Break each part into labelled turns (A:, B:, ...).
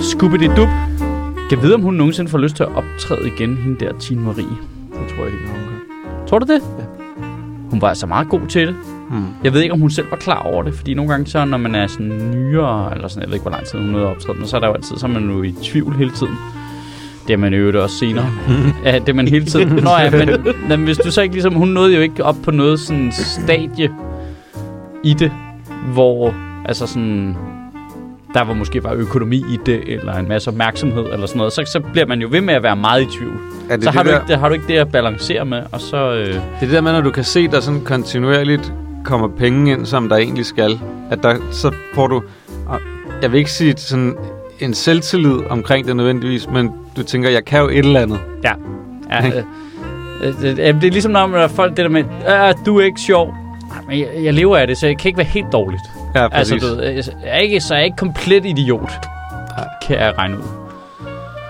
A: Skubbe det dub. Kan vide, om hun nogensinde får lyst til at optræde igen, hende der Tine Marie.
B: Det tror jeg helt nok.
A: Tror du det?
B: Ja.
A: Hun var altså meget god til det.
B: Hmm.
A: Jeg ved ikke, om hun selv var klar over det, fordi nogle gange så, når man er sådan nyere, eller sådan, jeg ved ikke, hvor lang tid hun nåede at optræde, men så er der jo altid, så er man jo i tvivl hele tiden. Det er man jo øvrigt også senere. Ja, det er man hele tiden. Nå ja, men, men hvis du så ikke ligesom, hun nåede jo ikke op på noget sådan stadie i det, hvor altså sådan, der var måske bare økonomi i det, eller en masse opmærksomhed, eller sådan noget, så, så bliver man jo ved med at være meget i tvivl.
B: Er det
A: Så
B: det,
A: har du,
B: der,
A: ikke, det, har du ikke det at balancere med, og så... Øh,
B: det er det der med, når du kan se, der sådan kontinuerligt kommer penge ind, som der egentlig skal. At der, så får du, og jeg vil ikke sige sådan en selvtillid omkring det nødvendigvis, men du tænker, jeg kan jo et eller andet.
A: Ja, øh, øh, øh, øh, det er ligesom, når man er folk det der med, "Øh, du er ikke sjov. Nej, men jeg, jeg lever af det, så jeg kan ikke være helt dårligt.
B: Ja, præcis.
A: Altså, du, ved, øh, jeg er ikke, så jeg er ikke komplet idiot, kan jeg regne ud.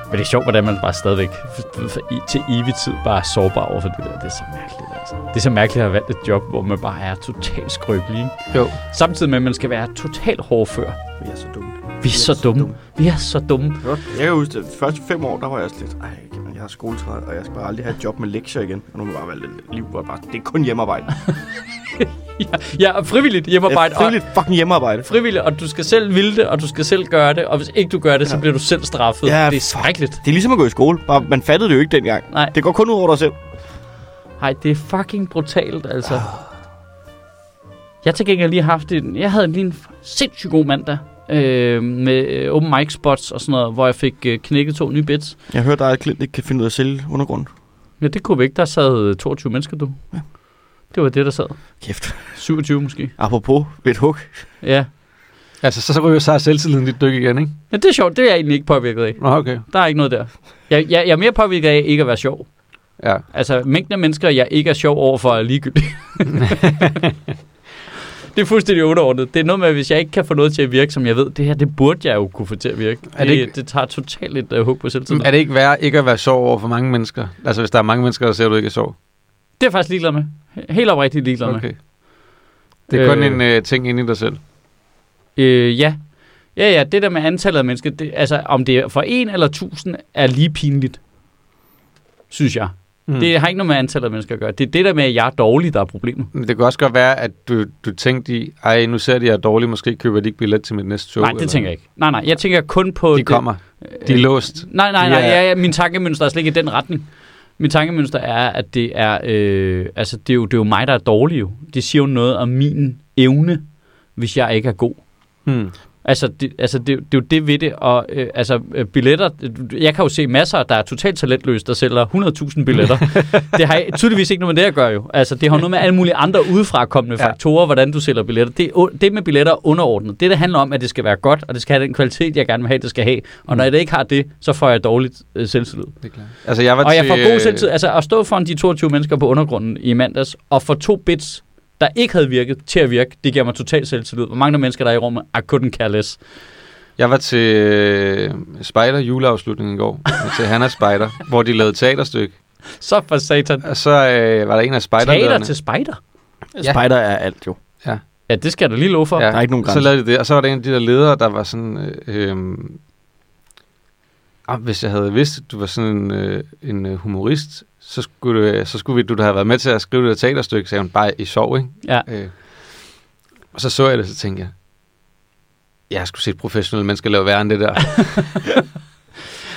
A: Men det er sjovt, hvordan man bare stadigvæk for, for, i- til evig tid bare er sårbar over for det der. Det er så mærkeligt, altså. Det er så mærkeligt at have valgt et job, hvor man bare er totalt skrøbelig. Ikke?
B: Jo.
A: Samtidig med, at man skal være totalt hårdfør.
C: Vi er så dumme.
A: Vi er så dumme. Vi er så dumme.
C: Jeg kan huske, at de første fem år, der var jeg sådan lidt, ej, jamen, jeg har skoletræt, og jeg skal bare aldrig have et job med lektier igen. Og nu har jeg bare valgt et liv, hvor jeg bare, det er kun hjemmearbejde.
A: Ja, ja frivilligt hjemmearbejde.
C: Jeg er frivilligt fucking hjemmearbejde.
A: frivillig, og du skal selv ville det, og du skal selv gøre det, og hvis ikke du gør det, ja. så bliver du selv straffet.
C: Ja,
A: det er
C: fuck.
A: skrækkeligt.
C: Det er ligesom at gå i skole, bare man fattede det jo ikke dengang.
A: Nej.
C: Det går kun ud over dig selv.
A: Nej, det er fucking brutalt, altså. Jeg til gengæld lige haft en, jeg havde lige en sindssygt god mandag, øh, med øh, open mic spots og sådan noget, hvor jeg fik øh, knækket to nye bits.
C: Jeg hørte dig, at Clint ikke kan finde ud af at sælge undergrund.
A: Ja, det kunne vi ikke, der sad øh, 22 mennesker, du.
C: Ja.
A: Det var det, der sad.
C: Kæft.
A: 27 måske.
C: Apropos ved et hug.
A: Ja.
B: Altså, så, så ryger så selvtilliden dit dyk igen, ikke?
A: ja, det er sjovt, det er jeg egentlig ikke påvirket af.
B: Nå, okay.
A: Der er ikke noget der. Jeg, jeg, jeg er mere påvirket af ikke at være sjov.
B: Ja.
A: Altså, mængden af mennesker, jeg ikke er sjov overfor, er ligegyldig. det er fuldstændig underordnet. Det er noget med, at hvis jeg ikke kan få noget til at virke, som jeg ved, det her, det burde jeg jo kunne få til at virke.
B: Er
A: Er
B: det
A: det,
B: ikke-
A: det, det tager totalt et uh, hug på selvtiden.
B: Mm. Er det ikke værd ikke at være sjov over for mange mennesker? Altså, hvis der er mange mennesker, der ser, at du ikke er sjov.
A: Det er jeg faktisk ligeglad med. Helt oprigtigt ligeglad okay. med.
B: Okay. Det er kun
A: Øh.
B: en øh, ting inde i dig selv.
A: Øh, ja. Ja, ja, det der med antallet af mennesker, det, altså om det er for en eller tusind, er lige pinligt. Synes jeg.
B: Mm.
A: Mm. Det har ikke noget med antallet af mennesker at gøre. Det er det der med, at jeg er dårlig, der er problemet.
B: Men det kan også godt være, at du, du tænkte i, ej, nu ser de, jeg er dårlig, måske køber de ikke billet til mit næste show.
A: Nej, det tænker jeg ikke. Nej, nej, jeg tænker kun på...
B: De
A: det-
B: kommer. De er låst.
A: Nej, nej,
B: De
A: nej.
B: er-
A: Ja, ja, min tankemønster er slet ikke i den retning. Min tankemønster er, at det er, øh, altså, det er, jo, det er jo mig, der er dårlig. Jo. Det siger jo noget om min evne, hvis jeg ikke er god.
B: Hmm.
A: Altså, det, altså det, det er jo det ved det, og øh, altså, øh, billetter, jeg kan jo se masser, der er totalt talentløse, der sælger 100.000 billetter. det har tydeligvis ikke noget med det at gøre jo. Altså, det har jo noget med alle mulige andre udefrakommende
B: Ja.
A: faktorer, hvordan du sælger billetter. Det, er u- det med billetter er underordnet. Det, der handler om, at det skal være godt, og det skal have den kvalitet, jeg gerne vil have, det skal have. Og når
B: Mm.
A: jeg ikke har det, så får jeg dårligt øh, selvtillid.
B: Det er klart. Altså, jeg var
A: Og
B: til,
A: jeg får god
B: øh,
A: selvtid. Altså at stå foran de 22 mennesker på undergrunden i mandags, og få to bits, der ikke havde virket, til at virke, det giver mig total selvtillid. Hvor mange der mennesker, der er i rummet, I couldn't care less.
B: Jeg var til øh, Spider juleafslutningen i går, til Hanna Spider, hvor de lavede et teaterstykke.
A: Så for satan.
B: Og så øh, var der en af
A: Teater
B: spejderlederne.
A: til spider.
B: Ja.
C: Ja. Spider er alt jo.
A: Ja, det skal jeg da lige love for.
B: Ja,
A: Ja.
C: Der er ikke nogen
B: Så
C: grænse.
B: lavede de det, og så var der en af de der ledere, der var sådan... Øh, øh, ah, hvis jeg havde vidst, at du var sådan en, øh, en øh, humorist, så skulle, du, så skulle vi, du da have været med til at skrive det der teaterstykke, sagde hun, bare i sov, ikke?
A: Ja.
B: Øh, og så så jeg det, så tænkte jeg, jeg har sgu set professionelle mennesker lave værre end det der.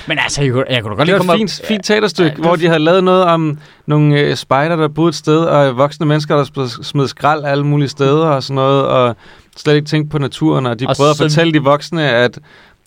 A: Men altså, jeg, kunne- jeg kunne da godt
B: Det
A: lige
B: var
A: komme
B: et fint, fint teaterstykke,
A: Ja,
B: ja,
A: det
B: hvor
A: var-
B: de havde lavet noget om nogle øh, spejder, der boede et sted, og øh, voksne mennesker, der sp- smed skrald alle mulige steder og sådan noget, og slet ikke tænkte på naturen, og de
A: Og
B: prøvede
A: så-
B: at fortælle de voksne, at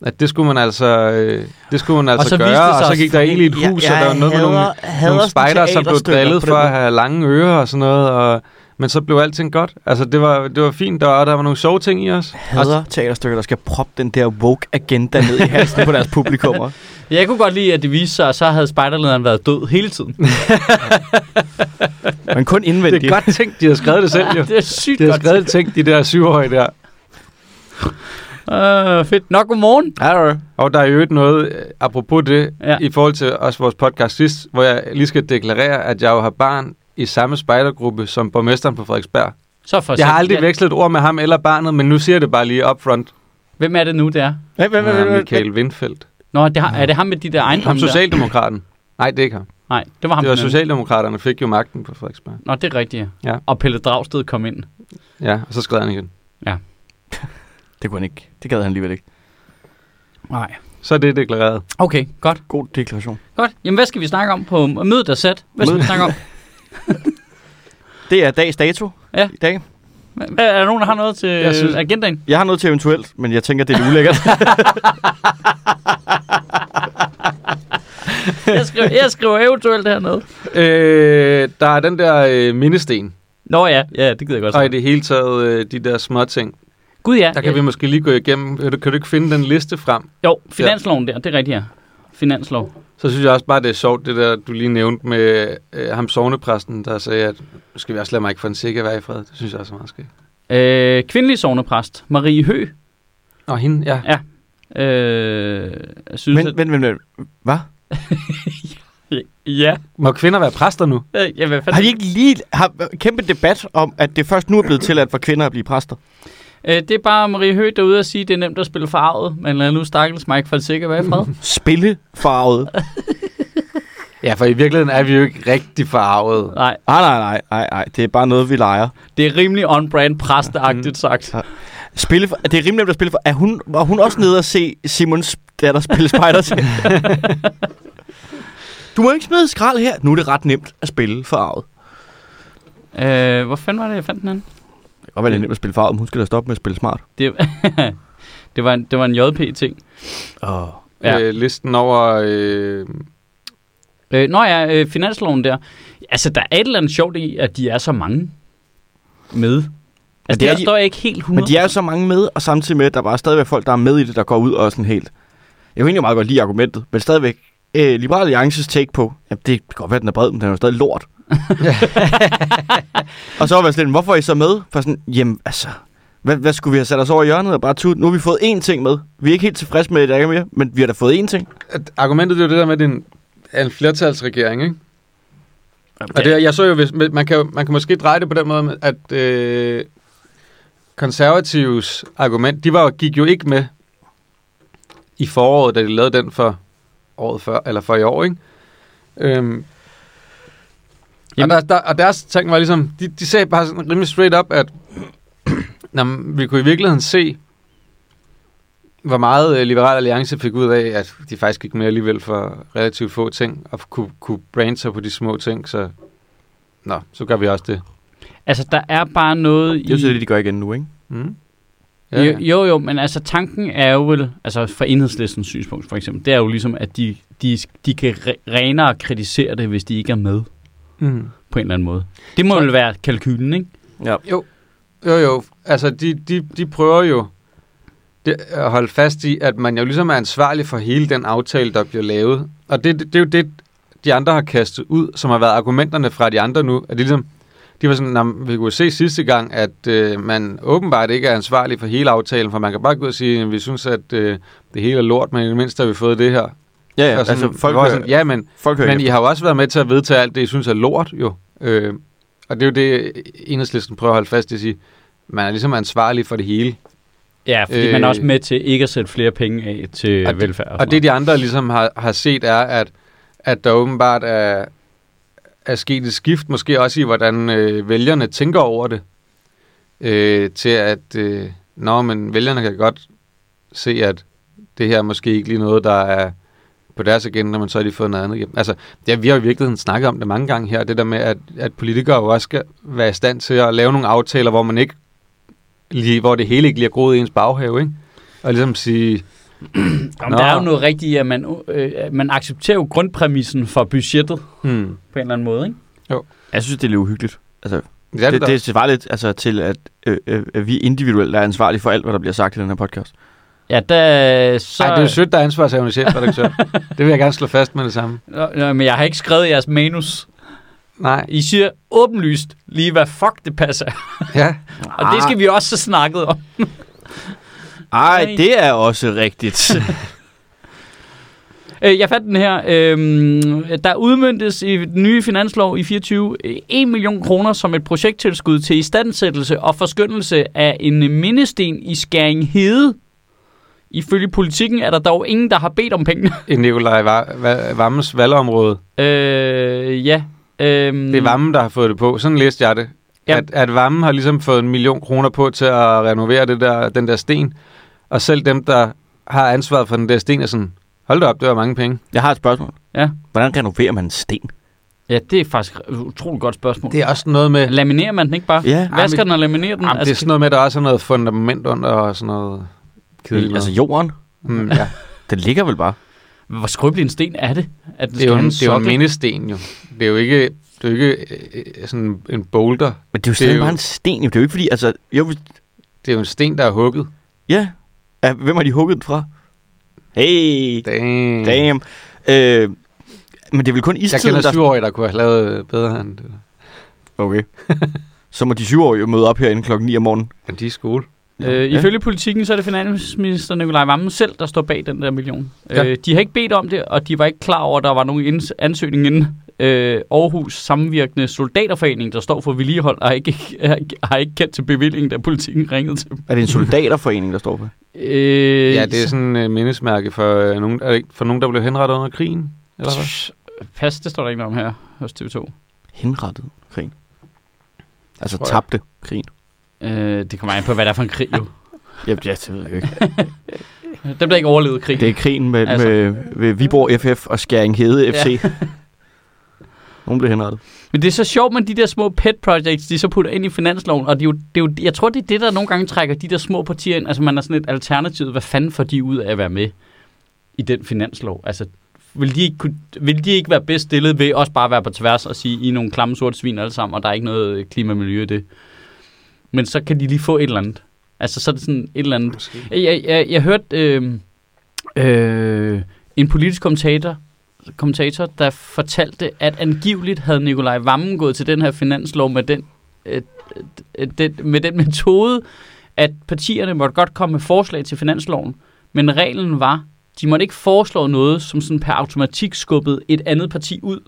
B: at det skulle man altså, øh, det skulle man altså
A: så viste
B: gøre,
A: det sig
B: og så gik der egentlig et hus, og der var noget med nogle, nogle spejder, som blev drillet for at have lange ører og sådan noget, og, men så blev alting godt. Altså, det var, det var fint, der, og der var nogle sjove ting i os.
C: Hader
B: Altså-
C: teaterstykker, der skal proppe den der woke agenda ned i halsen på deres publikummer.
A: Ja, jeg kunne godt lide, at det viste sig, at så havde spejderlederen været død hele tiden.
C: Men kun indvendigt.
B: Det er godt tænkt, de har skrevet det selv, jo.
A: det er sygt
B: De har
A: godt.
B: skrevet ting, de der syvårige der.
A: Øh, fedt. Nok godmorgen.
C: Arr.
B: Og der er jo ikke noget, øh, apropos det,
A: Ja.
B: ja. i forhold til også vores podcast sidst, hvor jeg lige skal deklarere, at jeg jo har barn i samme spejdergruppe som borgmesteren på Frederiksberg.
A: Så for
B: Jeg har
A: sent.
B: aldrig
A: Ja.
B: vekslet et ord med ham eller barnet, men nu siger jeg det bare lige up front.
A: Hvem er det nu, det er?
C: Hvad, hvad, hvad,
B: Ja,
C: hvad, hvad?
B: Michael Windfeldt.
A: Nå, det har, er det ham med de der
B: Ham
A: ejendomme der?
B: Socialdemokraten. Nej, det er ikke ham.
A: Nej, det var ham.
B: Det var
A: den anden.
B: Socialdemokraterne, fik jo magten på Frederiksberg.
A: Nå, det er rigtigt.
B: Ja.
A: Og Pelle Dragsted kom ind.
B: Ja, og så skred han igen.
C: Det kunne han ikke. Det gad han alligevel ikke.
A: Nej.
B: Så er det deklareret.
A: Okay, godt.
C: God deklaration.
A: Godt. Jamen, hvad skal vi snakke om på mødet der sæt? Hvad skal vi
C: Mødet.
A: snakke om?
C: Det er dags dato
A: Ja.
C: i dag.
A: Hva- Er der nogen, der har noget til
B: Jeg synes-
A: synes... agendaen?
C: Jeg har noget til eventuelt, men jeg tænker, det er lidt ulækkert.
A: Jeg skriver, jeg skriver eventuelt hernede.
B: Øh, der er den der øh, mindesten,
A: Nå ja, ja, det gider jeg godt.
B: og i
A: snakke.
B: det hele taget øh, de der små ting.
A: Gud ja.
B: Der kan
A: ja.
B: vi måske lige gå igennem. Kan du, kan du ikke finde den liste frem?
A: Jo, finansloven der, det er rigtigt, ja. Finanslov.
B: Så synes jeg også bare, det er sjovt, det der, du lige nævnte med øh, ham sovnepræsten, der sagde, at nu skal vi også lade Mike Fonseca være i fred. Det synes jeg også er meget skægt.
A: Øh, kvindelig sovnepræst, Marie Hø,
B: Og hende, ja.
A: øh, synes,
C: men,
A: at...
C: men, men, men, hvad?
A: Ja,
B: Må kvinder være præster nu?
A: øh, ja, hvad fanden?
C: Har de ikke lige har kæmpe debat om, at det først nu er blevet tilladt for kvinder at blive præster?
A: Øh, det er bare Marie Høgh derude og sige, at det er nemt at spille farvet, men lad nu stakkels Mike Falsikker være i fred.
C: Spillefarvet.
B: Ja, for i virkeligheden er vi jo ikke rigtig farvet.
A: Nej,
C: Nej, nej, nej, nej, nej. Det er bare noget, vi leger.
A: det er rimelig on-brand
C: Mm.
A: præsteagtigt sagt.
C: Spille for, det er rimelig nemt at spille for. Er hun, var hun også nede og se Simons datter spille spiders? du må ikke smide skrald her. Nu er det ret nemt at spille farvet.
A: Øh, hvor fanden var det, jeg fandt den anden?
C: Det kan godt være, det er nemt at spille farvet, men hun skal da stoppe med at spille smart.
A: Det, det, var, en, det var en JP-ting.
C: Oh.
A: Ja.
B: Ja. Øh, listen over... Øh,
A: Øh, når jeg øh, finansloven der, altså der er et eller andet sjovt i, at de er så mange med. Altså,
C: det
A: det
C: er
A: er,
C: de-
A: står jeg ikke helt 100.
C: Men de er jo så mange med, og samtidig med, at der bare stadigvæk folk, der er med i det, der går ud og er sådan helt... Jeg kunne egentlig meget godt lide argumentet, men stadigvæk... Øh, Liberal Alliances take på, jamen det kan godt være, den er bred, men den er jo stadig lort. og så var jeg sådan, lidt, hvorfor er I så med? For sådan, jamen altså, hvad, hvad skulle vi have sat os over i hjørnet og bare tut? Nu har vi fået én ting med. Vi er ikke helt tilfredse med, at der ikke er mere, men vi har da fået én ting.
B: at argumentet det er jo det der med, at det er en, er en flertalsregering, ikke? Og det, jeg så jo, hvis, man, kan, man kan måske dreje det på den måde, at øh, konservatives argument, de var, gik jo ikke med i foråret, da de lavede den for året før, eller for i år, ikke? Øhm, og,
A: Jamen.
B: der, der, og deres ting var ligesom, de, de sagde bare sådan rimelig straight up, at nå, men vi kunne i virkeligheden se, hvor meget øh, Liberal Alliance fik ud af, at de faktisk gik med alligevel for relativt få ting, og kunne, kunne brande sig på de små ting, så nå, så gør vi også det.
A: Altså, der er bare noget i...
C: Det er jo så det, de gør igen nu, ikke?
B: Mm.
A: Jo,
B: Ja, ja.
A: jo, jo, men altså tanken er jo vel, altså fra enhedslistens synspunkt for eksempel, det er jo ligesom, at de, de, de kan re- renere kritisere det, hvis de ikke er med
B: Mm.
A: på en eller anden måde. Det må
B: Så-
A: vel være kalkylen, ikke?
B: Jo, jo. Altså, de, de, de prøver jo det, at holde fast i, at man jo ligesom er ansvarlig for hele den aftale, der bliver lavet. Og det, det, det er jo det, de andre har kastet ud, som har været argumenterne fra de andre nu. At de ligesom, de var sådan, "Nå, men vi kunne se sidste gang, at øh, man åbenbart ikke er ansvarlig for hele aftalen, for man kan bare gå ud og sige, at vi synes, at øh, det hele er lort, men i det mindste har vi fået det her.
C: Ja, altså,
B: Og sådan, hvor sådan, ja, men
C: folk
B: men I har jo også været med til at vedtage alt det, I synes er lort, jo. Øh, og det er jo det, enhedslisten prøver at holde fast i at sige. Man er ligesom ansvarlig for det hele.
A: Ja, fordi øh, man er
B: Øh.
A: også med til ikke at sætte flere penge af til
B: Og
A: og
B: det-
A: velfærd.
B: Og det, de andre ligesom har, har set, er, at, at der åbenbart er, er sket et skift, måske også i, hvordan øh, vælgerne tænker over det. Øh, til at, øh, nå, men vælgerne kan godt se, at det her er måske ikke lige noget, der er på deres agenda, men så har de fået noget andet hjem. Altså, ja, vi har jo i virkeligheden snakket om det mange gange her, det der med, at, at politikere jo også skal være i stand til at lave nogle aftaler, hvor man ikke lige, hvor det hele ikke lige er groet i ens baghave, ikke? Og ligesom sige,
A: Jamen, der er jo
B: Nå.
A: noget rigtigt i, at man, øh, at man accepterer jo grundpræmissen for budgettet
B: hmm,
A: på en eller anden måde, ikke?
C: Jeg synes, det er lidt uhyggeligt. Altså,
B: det, er
C: det,
B: da.
C: det svarer lidt altså, til, at øh, øh, at vi individuelt er ansvarlige for alt, hvad der bliver sagt i den her podcast.
A: Ja, der, så...
B: Nej, det er jo sødt, der er ansvarshavende chefredaktør. det vil jeg gerne slå fast med det samme.
A: Nå, Nå, men jeg har ikke skrevet jeres manus.
B: Nej,
A: I siger åbenlyst lige, hvad fuck det passer.
B: ja.
A: Og det skal vi også have snakket om.
C: Ah, Ej, det er også rigtigt.
A: Øh, jeg fandt den her. Øh, der udmyndtes i den nye finanslov i 24 øh, 1 million kroner som et projekttilskud til istandsættelse og forskyndelse af en øh, mindesten i Skæring Hede. Ifølge politikken er der dog ingen, der har bedt om pengene.
B: I Nikolaj Va- Va- Vammes valgområde.
A: Øh, ja. Øhm,
B: Det er Vammen, der har fået det på. Sådan læste jeg det.
A: Jamen.
B: At, at Vammen har ligesom fået en million kroner på til at renovere det der, den der sten. Og selv dem, der har ansvaret for den der sten, er sådan, hold da op, det var mange penge.
C: Jeg har et spørgsmål.
A: Ja.
C: Hvordan renoverer man en sten?
A: Ja, det er faktisk et utroligt godt spørgsmål.
B: Det er også noget med, altså
A: Laminerer man den ikke bare?
C: Ja.
A: Hvad skal den og laminere den? Altså,
B: jamen, det er sådan noget med, at der også er noget fundament under og sådan noget kedeligt.
C: I, altså
B: noget.
C: jorden,
B: mm, ja.
C: den ligger vel bare.
A: hvor skrøbelig en sten er det? At den
B: det, er jo
A: have
B: en,
A: en
B: det er jo en
A: sokkel?
B: mindesten jo. Det er jo ikke, det er jo ikke øh, øh, sådan en boulder.
C: Men det er
B: Det
C: jo
B: er
C: stadig
B: jo-
C: bare en sten. jo. Det er jo ikke fordi, altså... Jo, hvis-
B: Det er jo en sten, der er hugget.
C: ja. ja. Hvem har de hugget den fra? Hey,
B: Damn.
C: damn. Øh, men det er vel kun
B: Jeg
C: istiden,
B: kender
C: der...
B: syvårige, der kunne have lavet bedre end det.
C: Okay. Så må de syvårige jo møde op herinde klokken 9 om morgenen.
B: Men de er i skole.
A: Øh,
C: Ja.
A: Ifølge politikken, så er det finansminister Nikolaj Vammen selv, der står bag den der million.
B: Ja.
A: Ja. Øh, de har ikke bedt om det, og de var ikke klar over, at der var nogen inds- ansøgning inden. Øh, Aarhus Samvirkende Soldaterforening, der står for vedligehold, har ikke, har ikke- har ikke kendt til bevillingen, da politikken ringede til dem.
C: Er det en soldaterforening, der står for?
A: Øh,
B: Ja, det er sådan et mindesmærke for, øh, nogen, er det ikke for nogen, der blev henrettet under krigen. Eller hvad?
A: sådan... Pas, det står der ikke noget om her hos TV2.
C: Henrettet krigen. Altså
B: Tror jeg.
C: tabte krigen.
A: Øh, det kommer an på, hvad det er for en krig, jo.
C: Ja, ja, det ved jeg ikke.
A: Den der ikke overlevede krig.
C: Det er krigen med, altså.
A: Altså.
C: med, med Viborg FF og Skæring Hede
A: Ja.
C: FC. Ja. Nogen blev henrettet.
A: Men det er så sjovt med de der små pet projects, de så putter ind i finansloven, og det er jo, det er jo, jeg tror, det er det, der nogle gange trækker de der små partier ind. Altså man er sådan et alternativ, hvad fanden får de ud af at være med i den finanslov? Altså, vil de ikke, kunne, vil de ikke være bedst stillet ved også bare at være på tværs og sige, I er nogle klamme sorte svin alle sammen, og der er ikke noget klimamiljø i det? Men så kan de lige få et eller andet. Altså så er det sådan et eller andet
B: Måske.
A: jeg, jeg, jeg, jeg hørte øh, øh, en politisk kommentator, kommentator, der fortalte, at angiveligt havde Nikolaj Vammen gået til den her finanslov med den, øh, øh, den, med den metode, at partierne måtte godt komme med forslag til finansloven, men reglen var, de måtte ikke foreslå noget, som sådan per automatik skubbede et andet parti ud.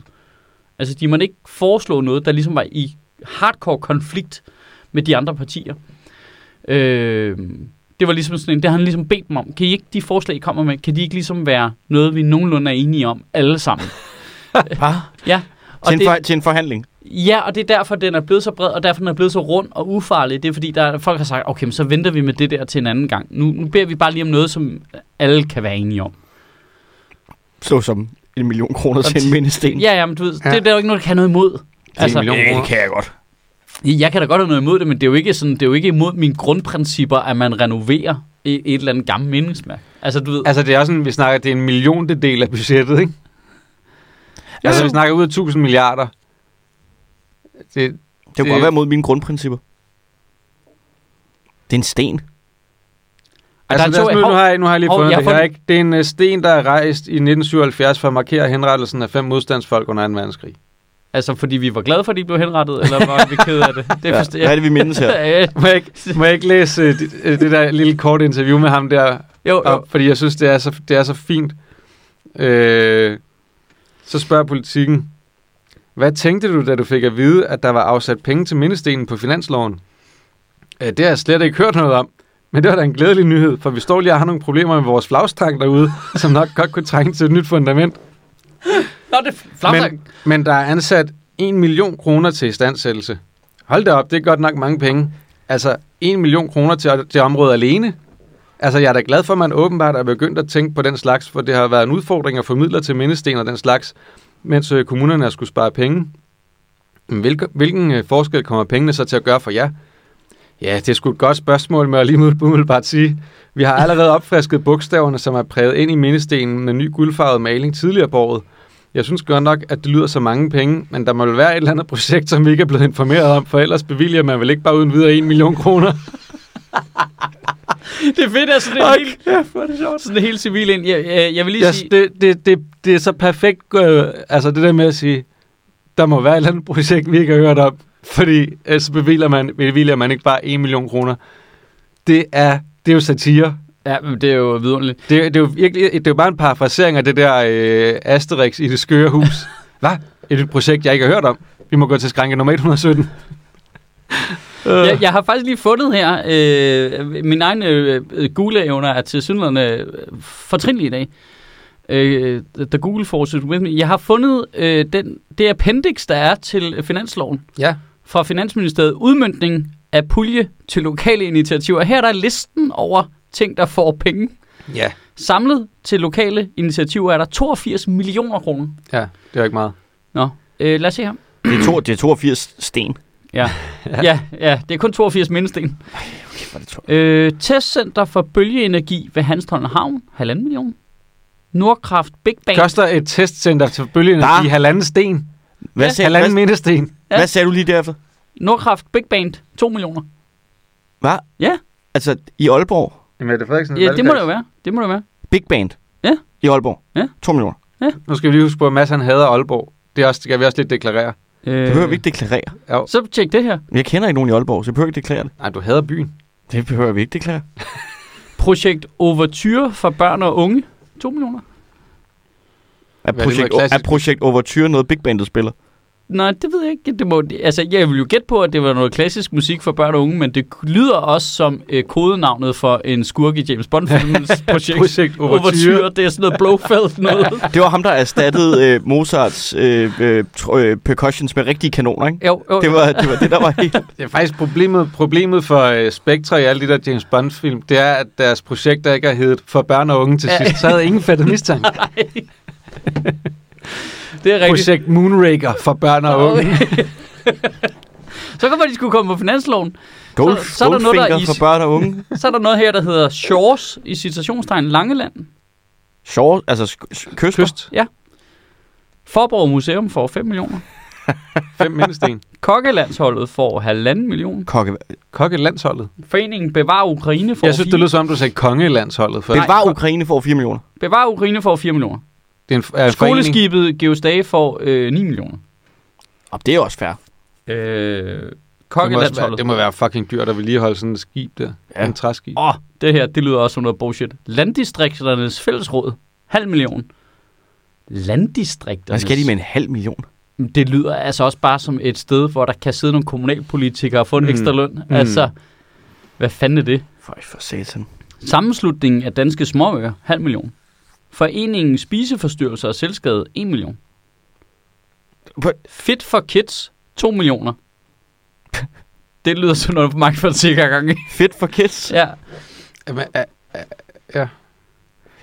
A: Altså, de måtte ikke foreslå noget, der ligesom var i hardcore konflikt med de andre partier. Øh, det var ligesom sådan en, det har han ligesom bedt dem om. Kan I ikke, de forslag, I kommer med, kan de ikke ligesom være noget, vi nogenlunde er enige om alle sammen?
C: Ah.
A: Ja. Og
C: Til, en
A: det,
C: for, til en forhandling.
A: ja, og det er derfor, den er blevet så bred, og derfor den er blevet så rund og ufarlig. Det er fordi, der, er- folk har sagt, okay, men så venter vi med det der til en anden gang. Nu, nu beder vi bare lige om noget, som alle kan være enige om.
C: Så som en million kroner
A: Og
C: til
A: til-
C: en mindesten.
A: Ja, ja, men du ved,
B: Ja.
A: ja. det, det er jo ikke noget, du kan have noget imod.
B: Altså, en million
C: Ja,
B: kroner.
C: kan jeg godt.
A: Jeg kan da godt have noget imod det, men det er jo ikke, sådan, det er jo ikke imod mine grundprincipper, at man renoverer et, et eller andet gammelt mindesmærke. Altså, du ved,
B: Altså, det er også sådan, vi snakker, det er en milliondedel af budgettet, ikke? Altså, vi snakker ud af 1000 milliarder. Det,
C: Det kunne
B: Det-
C: godt være mod mine grundprincipper. Det er en sten.
B: altså,
A: der er
B: lad os
A: to-
B: nu, nu,
A: hov,
B: har jeg, nu har jeg lige
A: hov,
B: fundet
A: jeg
B: det
A: har
B: her,
A: fundet-
B: ikke? Det er en øh, sten, der er rejst i 1977 for at markere henrettelsen af fem modstandsfolk under 2. verdenskrig.
A: Altså, fordi vi var glade for, at de blev henrettet, eller var vi kede af det? Det
C: Ja.
A: forstår
C: Hvad er
A: jeg.
C: det, vi mindes her?
A: Ja.
B: Må jeg ikke, må jeg ikke læse øh, det, øh, det der lille korte interview med ham der
A: jo, jo.
B: op, fordi jeg synes, det er så, det er så fint. Øh, så spørger politikken, hvad tænkte du, da du fik at vide, at der var afsat penge til mindestenen på finansloven? Øh, det har jeg slet ikke hørt noget om, men det var da en glædelig nyhed, for vi står lige og har nogle problemer med vores flagstang derude, som nok godt kunne trænge til et nyt fundament.
A: Nå, det er flagstang.
B: Men, men der er ansat 1 million kroner til istandsættelse. Hold da op, det er godt nok mange penge. Altså 1 million kroner til, til området alene. Altså jeg er da glad for, at man åbenbart er begyndt at tænke på den slags, for det har været en udfordring at få midler til mindesten og den slags, mens øh, kommunerne har skulle spare penge. Men hvilke, hvilken øh, forskel kommer pengene så til at gøre for jer? Ja, det er sgu et godt spørgsmål, må jeg lige umiddelbart sige. Vi har allerede opfrisket bogstaverne, som er præget ind i mindestenen med ny guldfarvet maling tidligere på året. Jeg synes godt nok, at det lyder så mange penge, men der må vel være et eller andet projekt, som vi ikke er blevet informeret om, for ellers bevilger man vel ikke bare uden videre 1 million kroner.
A: Det er fedt, altså, det er helt,
B: kæft, hvor er det sjovt.
A: sådan helt civil ind. Jeg, jeg, jeg vil lige
B: Yes,
A: sige...
B: det, det, det, det er så perfekt, øh, altså det der med at sige, der må være et eller andet projekt, vi ikke har hørt om, fordi øh, så bevilger man, bevilger man ikke bare 1 million kroner. Det er, det er jo satire.
A: Ja, men det er jo vidunderligt.
B: Det, det, er jo virkelig, det er jo bare en parafrasering af det der øh, Asterix i det skøre hus. Hvad? Et nyt projekt, jeg ikke har hørt om. Vi må gå til skranke nummer 117. Øh.
A: Jeg, jeg har faktisk lige fundet her, øh, min egen øh, Google-evner er til synligheden fortrindelige i dag. Øh, the Google Forces with me. Jeg har fundet øh, den, det appendix, der er til finansloven
B: Ja.
A: fra Finansministeriet. Udmyndning af pulje til lokale initiativer. Her er der listen over ting, der får penge.
B: Ja.
A: Samlet til lokale initiativer er der 82 millioner kroner.
B: Ja, det er jo ikke meget.
A: Nå, øh, lad os se her.
C: Det er, to, det er 82 sten.
A: Ja. ja. ja, ja, det er kun 82 mindesten.
C: Kæft, hvor er det tungt.
A: Øh, testcenter for bølgeenergi ved Hanstholm Havn, 1,5 million. Nordkraft Big Bang.
B: Koster et testcenter til bølgen
C: Der-
B: i halvanden sten.
C: Hvad
A: Ja,
C: sagde,
B: halvanden
C: hvad,
B: mindesten.
A: Ja.
C: hvad sagde du lige derefter?
A: Nordkraft Big Band, 2 millioner.
C: Hvad?
A: Ja.
C: Altså, i Aalborg,
B: Mette Frederiksen.
A: Ja, det må det jo være. Det må det være.
C: Big Band.
A: Ja.
C: I Aalborg.
A: Ja.
C: 2 millioner.
B: Nu skal vi lige huske på, at Mads han hader Aalborg. Det, er også, det kan vi også lidt deklarere.
C: Det
A: Øh,
C: behøver vi ikke deklarere.
B: Jo.
A: Så tjek det her.
C: Jeg kender ikke nogen i Aalborg, så jeg behøver ikke deklarere det.
B: Nej, du hader byen.
C: Det behøver vi ikke deklarere.
A: Projekt Overture for børn og unge, 2 millioner.
C: Er
B: Hvad er det
C: projekt,
B: for et
C: er
B: klassisk-
C: projekt Overture noget Big Bandet spiller?
A: Nej, det ved jeg ikke. Det må, det- altså, jeg vil jo gætte på, at det var noget klassisk musik for børn og unge, men det lyder også som øh, kodenavnet for en skurk i James Bond-filmens projekt.
B: Projekt Overture.
A: Overture, det er sådan noget Blofeld noget.
C: Det var ham, der erstattede øh, Mozarts øh, øh, tr- øh, percussions med rigtige kanoner, ikke?
A: Jo, jo,
C: Det var det, var det der var helt...
B: Det er faktisk problemet, problemet for øh, Spectre i alle de der James Bond-film, det er, at deres projekter ikke har heddet for børn og unge til
A: Ja.
B: sidst. Så havde ingen fattet mistanke.
A: det er rigtigt.
B: Projekt Moonraker for børn og unge.
A: så kan man lige skulle komme på finansloven.
C: Gold,
A: Så- så er der noget, der er
C: Goldfinger
A: is.
C: for børn og unge.
A: Så er der noget her, der hedder Shores i citationstegn Langeland.
C: Shore, altså sk- sk- kyster. Kyst.
B: Kyst.
A: Forborg Museum får 5 millioner.
B: Fem mindesten.
A: Kokkelandsholdet får 1,5 million.
C: Kokke.
B: Kokkelandsholdet.
A: Foreningen Bevar Ukraine får
B: Jeg synes,
A: fire-
B: det lyder som om, du sagde kongelandsholdet. For
C: Bevar Ukraine får 4 millioner.
A: Bevar Ukraine får 4 millioner.
B: det er en, er en forening.
A: Skoleskibet Geostage får øh, 9 millioner.
C: Og det er også fair.
A: Øh,
B: Det må, også være,
A: Kokkelandsholdet.
B: det må være fucking dyrt at vedligeholde sådan et skib der.
C: Ja.
B: Ja. En træskib.
A: Åh, det her, det lyder også som noget bullshit. Landdistrikternes fællesråd. Halv million.
C: Hvad
A: Landdistrikternes.
C: skal de med en halv million?
A: Det lyder altså også bare som et sted, hvor der kan sidde nogle kommunalpolitikere og få en
B: Mm.
A: mm. ekstra løn. Altså, hvad fanden er det?
C: For, for satan.
A: Sammenslutningen af danske småøer, halv million. Foreningen Spiseforstyrrelser og Selvskade, 1 million.
C: Hvor-
A: Fit for Kids, 2 millioner. Det lyder som noget for Mark Fonseca gange.
C: Fedt for kids.
A: ja.
B: Jamen, er-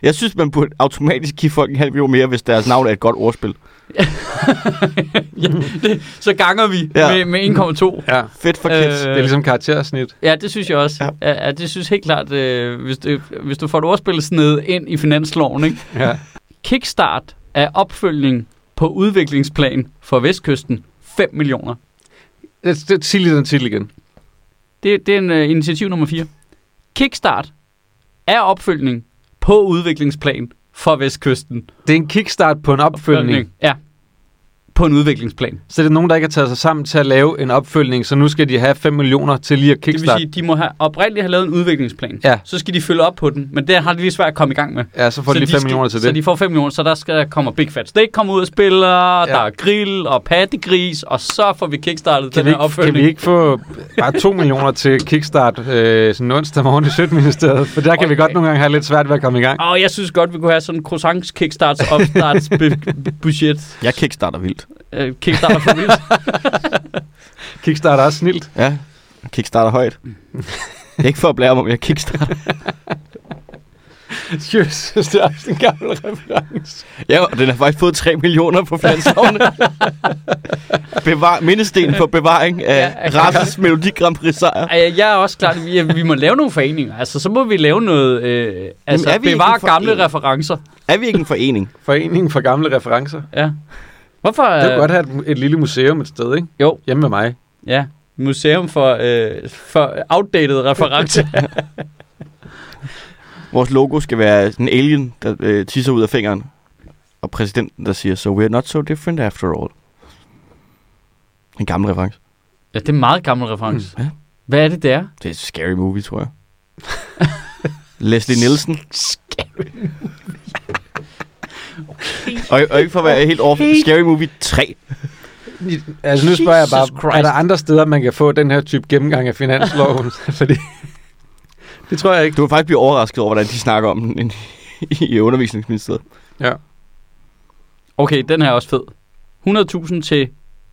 C: Jeg synes, man burde automatisk give folk en halv million mere, hvis deres navn er et godt ordspil.
A: ja det, så ganger vi
C: Ja.
A: ja. med, med 1,2.
B: Ja,
C: Fedt for kids.
B: det er ligesom karaktersnit.
A: Ja, det synes jeg også. Ja, ja det synes helt klart, øh, hvis, du, hvis du får et ordspil sned ind i finansloven, ikke?
B: Ja.
A: Kickstart af opfølgning på udviklingsplan for Vestkysten, 5 millioner.
B: Det, det, sig lige den titel igen.
A: Det, det er en uh, initiativ nummer 4. Kickstart er opfølgning på udviklingsplan for Vestkysten.
B: Det er en kickstart på en opfølgning.
A: Ja. På en udviklingsplan.
B: Så det er nogen, der ikke har taget sig sammen til at lave en opfølgning, så nu skal de have 5 millioner til lige at
A: Det vil
B: kickstart.
A: sige, de må have oprindeligt have lavet en udviklingsplan.
B: Ja.
A: Så skal de følge op på den, men det har de lige svært at komme i gang med.
B: Ja, så får de
A: så
B: lige 5 millioner
A: skal,
B: til
A: Så
B: det.
A: de får 5 millioner, så der skal der komme Big Fat Steak komme ud og spille, ja. der er grill og pattegris, og så får vi kickstartet
B: Kan
A: den
B: vi,
A: her
B: ikke, kan
A: opfølgning.
B: vi ikke få bare 2 millioner til kickstart øh, sådan onsdag morgen i Sødministeriet? For der kan vi
A: Okay.
B: godt nogle gange have lidt svært ved at komme i gang.
A: Og jeg synes godt, vi kunne have sådan en croissants kickstarts opstarts bu- budget.
C: Jeg kickstarter vildt.
A: Øh, kickstarter for vildt.
B: Kickstart er også snilt.
C: Ja, kickstarter højt. ikke for at blære mig, om jeg kickstarter.
B: Jesus, det er også en gammel reference.
C: Ja, og den har faktisk fået 3 millioner på finansloven. Bevar, mindesten for bevaring af
A: Ja, ja.
C: Rasses Melodi Grand Prix sejr.
A: Ej, Jeg er også klar, at vi, at vi må lave nogle foreninger. Altså, så må vi lave noget... Øh, altså,
C: er vi ikke
A: bevare
C: en
A: gamle
C: forening?
A: referencer.
C: Er vi ikke en forening?
B: Foreningen for gamle referencer.
A: Ja. Hvorfor...
B: Det kunne
A: Øh,
B: godt have et, et lille museum et sted, ikke?
A: Jo.
B: Hjemme med mig.
A: øh, ja, museum for, øh, for outdated referencer.
C: Vores logo skal være sådan en alien, der øh, tisser ud af fingeren. Og præsidenten, der siger, so we're not so different after all. En gammel reference.
A: ja, det er en meget gammel reference.
C: Mm, Ja.
A: Hvad er det, der?
C: Det er en scary movie, tror jeg. Leslie Nielsen. og, og ikke for at være helt off, Scary Movie 3.
B: Altså nu spørger jeg
A: Jesus
B: bare, Christ. er
A: Christ.
B: der andre steder, man kan få den her type gennemgang af finansloven? Fordi det tror jeg ikke.
C: Du vil faktisk blive overrasket over, hvordan de snakker om den i, i undervisningsministeriet.
A: Okay, den her er også fed. 100.000 til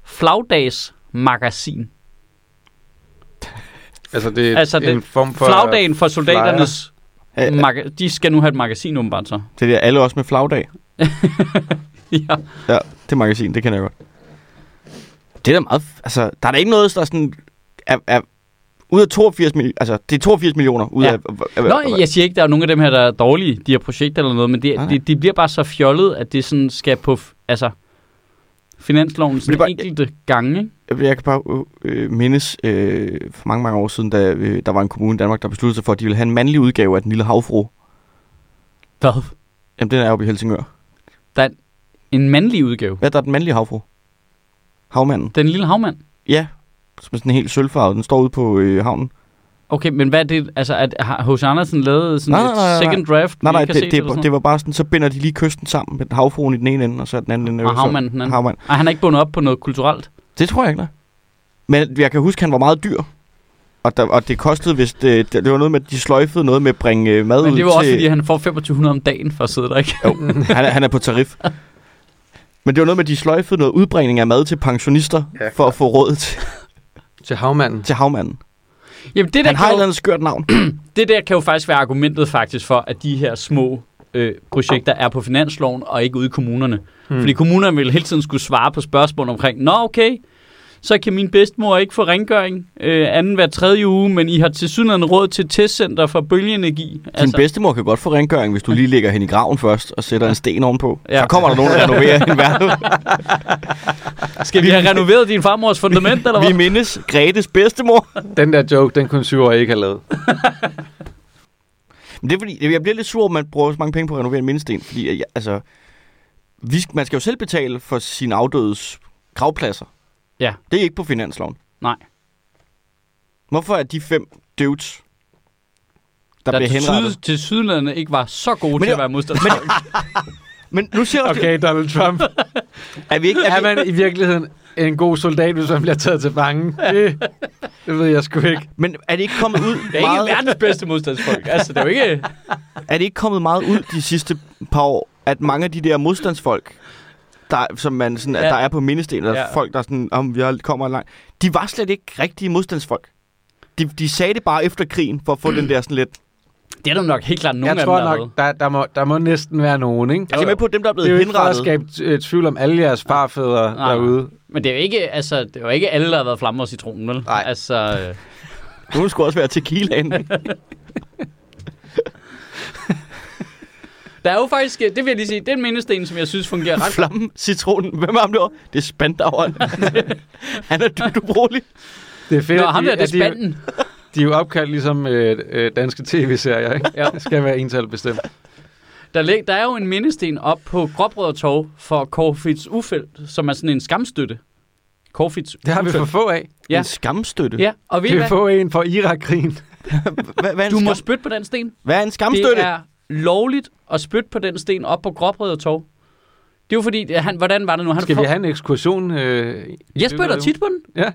A: Flagdags Magasin.
B: Altså det er
A: Altså,
B: altså,
A: det-
B: en form for...
A: Flagdagen for soldaternes...
C: Ja,
A: Maga- de skal nu have et magasin, åbenbart så.
C: Det er alle også med flagdag.
A: Ja.
C: Det magasin, det kender jeg godt. Det er da meget... f- Altså, der er da ikke noget, der er sådan... Er, er, ud af 82 millioner... Altså, det er 82 millioner ud
A: Ja.
C: af... af, af
A: Nå, jeg siger ikke, der er nogen af dem her, der er dårlige, de her projekter eller noget, men det,
C: Nej, nej.
A: det, det bliver bare så fjollet, at det sådan skal på, f- altså, finansloven sådan
C: Det er bare-
A: enkelte gange, ikke?
C: Jeg, jeg kan bare øh, mindes øh, for mange, mange år siden, da øh, der var en kommune i Danmark, der besluttede sig for, at de ville have en mandlig udgave af Den Lille Havfru.
A: Hvad?
C: Jamen, den er oppe i Helsingør.
A: En mandlig udgave.
C: Hvad der er den mandlige havfru? Havmanden.
A: Den lille havmand.
C: Ja, som er sådan helt sølvfarvet. Den står ude på øh, havnen.
A: Okay, men hvad er det, altså, at, har H.C. Andersen lavet sådan
C: Nej,
A: et
C: nej, nej, nej.
A: second draft,
C: Nej,
A: vi
C: nej,
A: ikke
C: det,
A: har
C: det,
A: set, eller
C: det,
A: sådan
C: var bare sådan, så binder de lige kysten sammen med havfruen i den ene ende, og så den anden ende.
A: noget? Og havmanden den anden.
C: Havmand.
A: Ej, han er ikke bundet op på noget kulturelt.
C: Det tror jeg ikke, nej. Men jeg kan huske, han var meget dyr. Og, der, og det kostede, hvis det, det var noget med, at de sløjfede noget med at bringe øh, mad
A: Men
C: ud
A: det var også,
C: til...
A: fordi han får 2500 om dagen for at sidde der, ikke?
C: han, er, han er på tarif. Men det var noget med, at de sløjfede noget udbringning af mad til pensionister,
B: Ja.
C: for at få råd til,
B: Til havmanden.
C: til havmanden.
A: Jamen, det der,
C: Han har et
A: kan
C: eller
A: jo,
C: andet skørt navn.
A: det der kan jo faktisk være argumentet faktisk for, at de her små øh, projekter er på finansloven og ikke ude i kommunerne.
B: Hmm.
A: Fordi kommunerne ville hele tiden skulle svare på spørgsmål omkring, nå okay, så kan min bedstemor ikke få rengøring øh, anden hver tredje uge, men I har til synligheden råd til et testcenter for bølgeenergi. Altså,
C: Din bedstemor kan godt få rengøring, hvis du lige lægger hende i graven først og sætter en sten ovenpå.
A: Ja.
C: Ja. Så kommer der nogen, der renoverer hende værelse.
A: skal vi have renoveret din farmors fundament, eller
C: Vi
A: hvad?
C: mindes Gretes bedstemor.
B: Den der joke, den kunne syv år ikke have lavet.
C: Men det er fordi, jeg bliver lidt sur, at man bruger så mange penge på at renovere en mindesten. Fordi, at jeg, altså, vi, sk- man skal jo selv betale for sin afdødes gravpladser.
A: Ja.
C: Det er ikke på finansloven.
A: Nej.
C: Hvorfor er de fem dudes, der,
A: Der,
C: der bliver
A: til,
C: henrettet?
A: syd, til sydlandene ikke var så gode
C: Men
A: til
C: det-
A: at være modstander.
C: Men nu siger okay.
B: Okay, Donald Trump.
C: er vi ikke... Er
B: er
C: vi,
B: man i virkeligheden en god soldat, hvis man bliver taget til fange? Det, det ved jeg sgu ikke.
C: men er det ikke kommet ud
A: Det er ikke
C: meget,
A: verdens bedste modstandsfolk. Altså, det er jo ikke...
C: er det ikke kommet meget ud de sidste par år, at mange af de der modstandsfolk, der, som man sådan, ja.
A: Ja.
C: der er på mindesten, eller
A: Ja.
C: ja. folk, der er sådan, om vi har- kommer langt, de var slet ikke rigtige modstandsfolk. De, de sagde det bare efter krigen, for at få den der sådan lidt...
A: Det er der nok helt klart nogen
B: jeg
A: af
B: tror
A: dem, der
B: nok, der, der, må, der må næsten være nogen, ikke?
C: Altså, jeg er med på, at dem, der er
B: Det er jo
C: blevet
B: ikke for at
C: henrettet...
B: skabe t- øh, tvivl om alle jeres farfædre
A: Nej.
B: derude.
A: Men det er jo ikke, altså, det er jo ikke alle, der har været flammer og citronen, vel?
C: Nej.
A: Altså, øh,
C: Hun skulle også være tequilaen.
A: der er jo faktisk, det vil jeg lige sige, det er en mindesten, som jeg synes fungerer ret
C: Flammen, citronen. Hvem er ham der? Det er Spandaueren. Han er dybt ubrugelig.
B: Det er fedt,
A: Nå, ham der, det er
B: at de, at de,
A: spanden.
B: de er jo opkaldt ligesom øh, øh, danske tv-serier, ikke?
A: Ja.
B: Det skal være ental bestemt.
A: Der, lig, der er jo en mindesten op på Gråbrødretorv for Corfits Ufelt, som er sådan en skamstøtte. Corfits
B: Det har vi for få af.
A: Ja.
C: Ja. En skamstøtte.
A: Ja, og ved
B: Vi
A: I
B: kan
A: hvad?
B: få en for Irak-krigen.
C: Hvad, hvad, er en
A: Du må
C: skam-
A: spytte på den sten.
C: hvad er en
A: Det
C: skamstøtte?
A: er lovligt at spytte på den sten op på Gråbrødretorv. Det er jo fordi, han, hvordan var det nu? Han
B: Skal
A: får-
B: vi have en ekskursion? Øh, i
A: Jeg
B: løbet af
A: spytter
B: ugen?
A: tit på den.
B: Ja,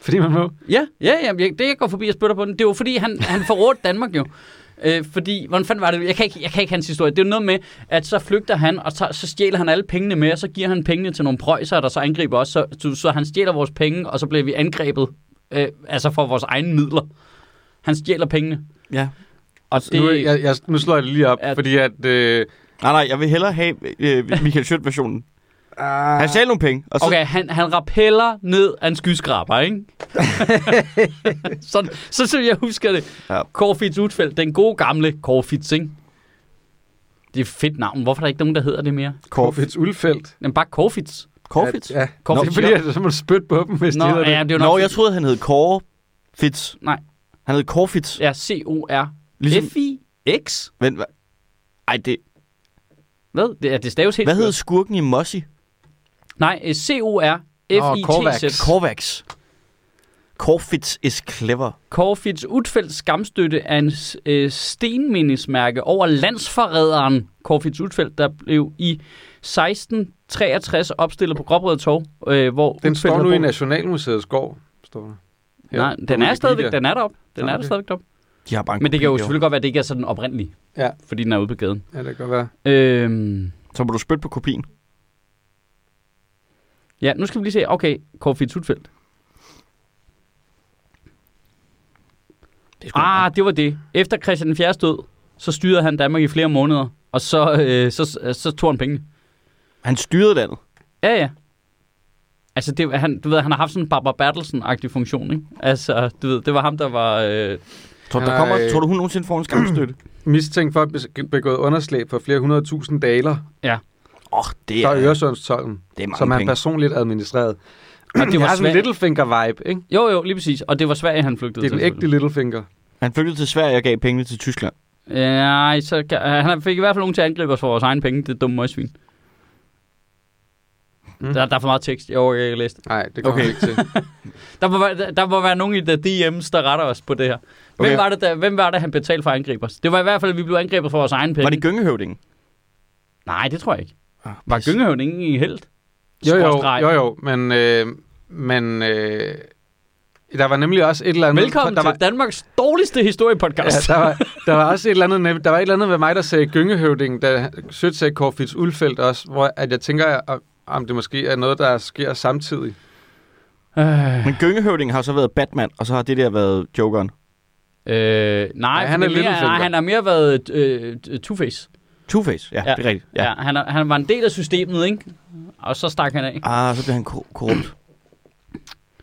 B: fordi man må.
A: Ja, ja, ja jeg, det jeg går forbi og spytter på den. Det er jo fordi, han, han forrådte Danmark jo. Øh, fordi, hvordan fanden var det? Jeg kan, ikke, jeg kan ikke hans historie. Det er jo noget med, at så flygter han, og så, så stjæler han alle pengene med, og så giver han pengene til nogle prøjser, der så angriber os. Så, så, så han stjæler vores penge, og så bliver vi angrebet, øh, altså for vores egne midler. Han stjæler pengene.
C: Ja.
A: Og
B: Det... Nu,
A: det,
B: jeg, jeg, nu slår jeg det lige op,
A: Ja.
B: ja. fordi at... Øh,
C: Nej, nej, jeg vil hellere have øh, Michael Schødt-versionen. Han stjal nogle penge, og så...
A: Okay, han, han rappeller ned af en skyskraber, ikke? Sådan, så, så jeg husker det. Ja.
C: Ja.
A: Corfits Utfeldt, den gode gamle Corfits, ikke? Det er et fedt navn. Hvorfor er der ikke nogen, der hedder det mere?
C: Corfitz.
B: Corfitz Ulfeldt.
A: Men bare Corfits.
C: Corfitz?
B: Ja, ja.
A: Corfitz.
B: det er fordi, at så må du spytte på dem, hvis Nå,
A: Nå,
B: de hedder
A: ja,
B: ja. det.
A: det er jo nok...
C: Nå, jeg troede, han hed Corfitz.
A: Nej.
C: Han hed Corfitz.
A: Ja, C-O-R.
C: Ligesom...
A: F-I-X?
C: Vent, hva? Ej, det...
A: Hvad? Det, er, det staves helt...
C: Hvad hed
A: skørt.
C: skurken i Mossy?
A: Nej, øh, C-O-R.
B: Nå, Kovacs.
A: F-I-T-Z.
C: Corvax. Corfitz is clever.
A: Corfits Utfeldt skamstøtte er en øh, stenmindesmærke over landsforræderen Corfits Utfeldt, der blev i 1663 opstillet på Gråbrød Torv, øh, hvor
B: Den
A: Utfeldt
B: står
A: havde
B: nu i
A: boet.
B: Nationalmuseets gård, står der. Her
A: Nej,
B: på
A: den er stadigvæk,
B: Wikipedia.
A: den er deroppe. Den
B: Nå,
A: er der
B: okay.
A: stadigvæk deroppe.
C: De har bare en
A: Men det
C: kopi
A: kan jo
C: derovre.
A: selvfølgelig godt være, at det ikke er sådan oprindelig.
B: Ja.
A: Fordi den er ude på gaden.
B: Ja, det kan godt være.
A: Øhm,
C: Så må du spytte på kopien.
A: ja, nu skal vi lige se. Okay, Corfits Utfeldt.
C: Det er sgu
A: Ah, det var det. Efter Christian den 4. død, så styrede han Danmark i flere måneder. Og så, øh, så, så, så tog han pengene.
C: Han styrede landet.
A: Ja, ja. Altså, det, var- han, du ved, han har haft sådan en Barbara Bertelsen-agtig funktion, ikke? Altså, du ved, det var ham, der var... Øh,
C: Tror, du,
B: Han
C: der
B: har,
C: kommer,
B: øh,
C: tror du, hun nogensinde får en skamstøtte?
B: Mistænkt for at bes- begået underslag for flere hundrede tusind daler,
C: Åh, oh, det
B: der er
C: er,
B: Øresundstolden,
C: det er mange
B: som han
C: penge.
B: personligt administrerede.
A: og det
B: Det
A: var
B: har sådan
A: Sverige.
B: en Littlefinger-vibe, ikke?
A: Jo, jo, lige præcis. Og det var Sverige, han flygtede
B: Det er den
A: til.
B: ægte Littlefinger.
C: Han flygtede til Sverige og gav pengene til Tyskland.
A: Nej, så kan, han fik i hvert fald nogen til at angribe os for vores egen penge, det dumme møgsvin.
B: Mm.
A: Mm. Der, der er for meget tekst. Jeg overgår ikke at læse det.
B: Nej, det kommer
C: Okay.
B: okay. ikke til.
A: Der må, være, der- der må være nogen i der DM's, der retter os på det her. Hvem,
C: Okay.
A: okay. var det, der, hvem var det, han betalte for at angribe os? Det var i hvert fald, at vi blev angrebet for vores egen penge.
C: Var det Gyngehøvdingen?
A: Nej, det tror jeg ikke.
C: Ah,
A: Var
C: pis.
A: Gyngehøvd ikke en helt?
B: Jo, jo,
A: Skråstreg.
B: jo, jo, men, øh, men øh, der var nemlig også et eller andet...
A: Velkommen
B: der
A: der
B: var,
A: til Danmarks dårligste historiepodcast.
B: Ja, der, var, der var også et eller andet, nem- der var et eller andet ved mig, der sagde gyngehøvding, da Sødt sagde Corfitz Ulfeldt også, hvor at jeg tænker, at- om det måske er noget, der sker samtidig.
A: Øh,
C: Men Gyngehøvdingen har så været Batman, og så har det der været Jokeren.
A: øh, nej,
B: Ja, han
A: han
B: er
A: er mere,
B: Littlefinger.
A: nej, han har mere været øh, øh, Two-Face.
C: Two-Face, ja,
A: Ja.
C: det er rigtigt.
A: Ja. ja han, er, han var en del af systemet, ikke? Og så stak han af.
C: Ah, så bliver han kor- korrupt.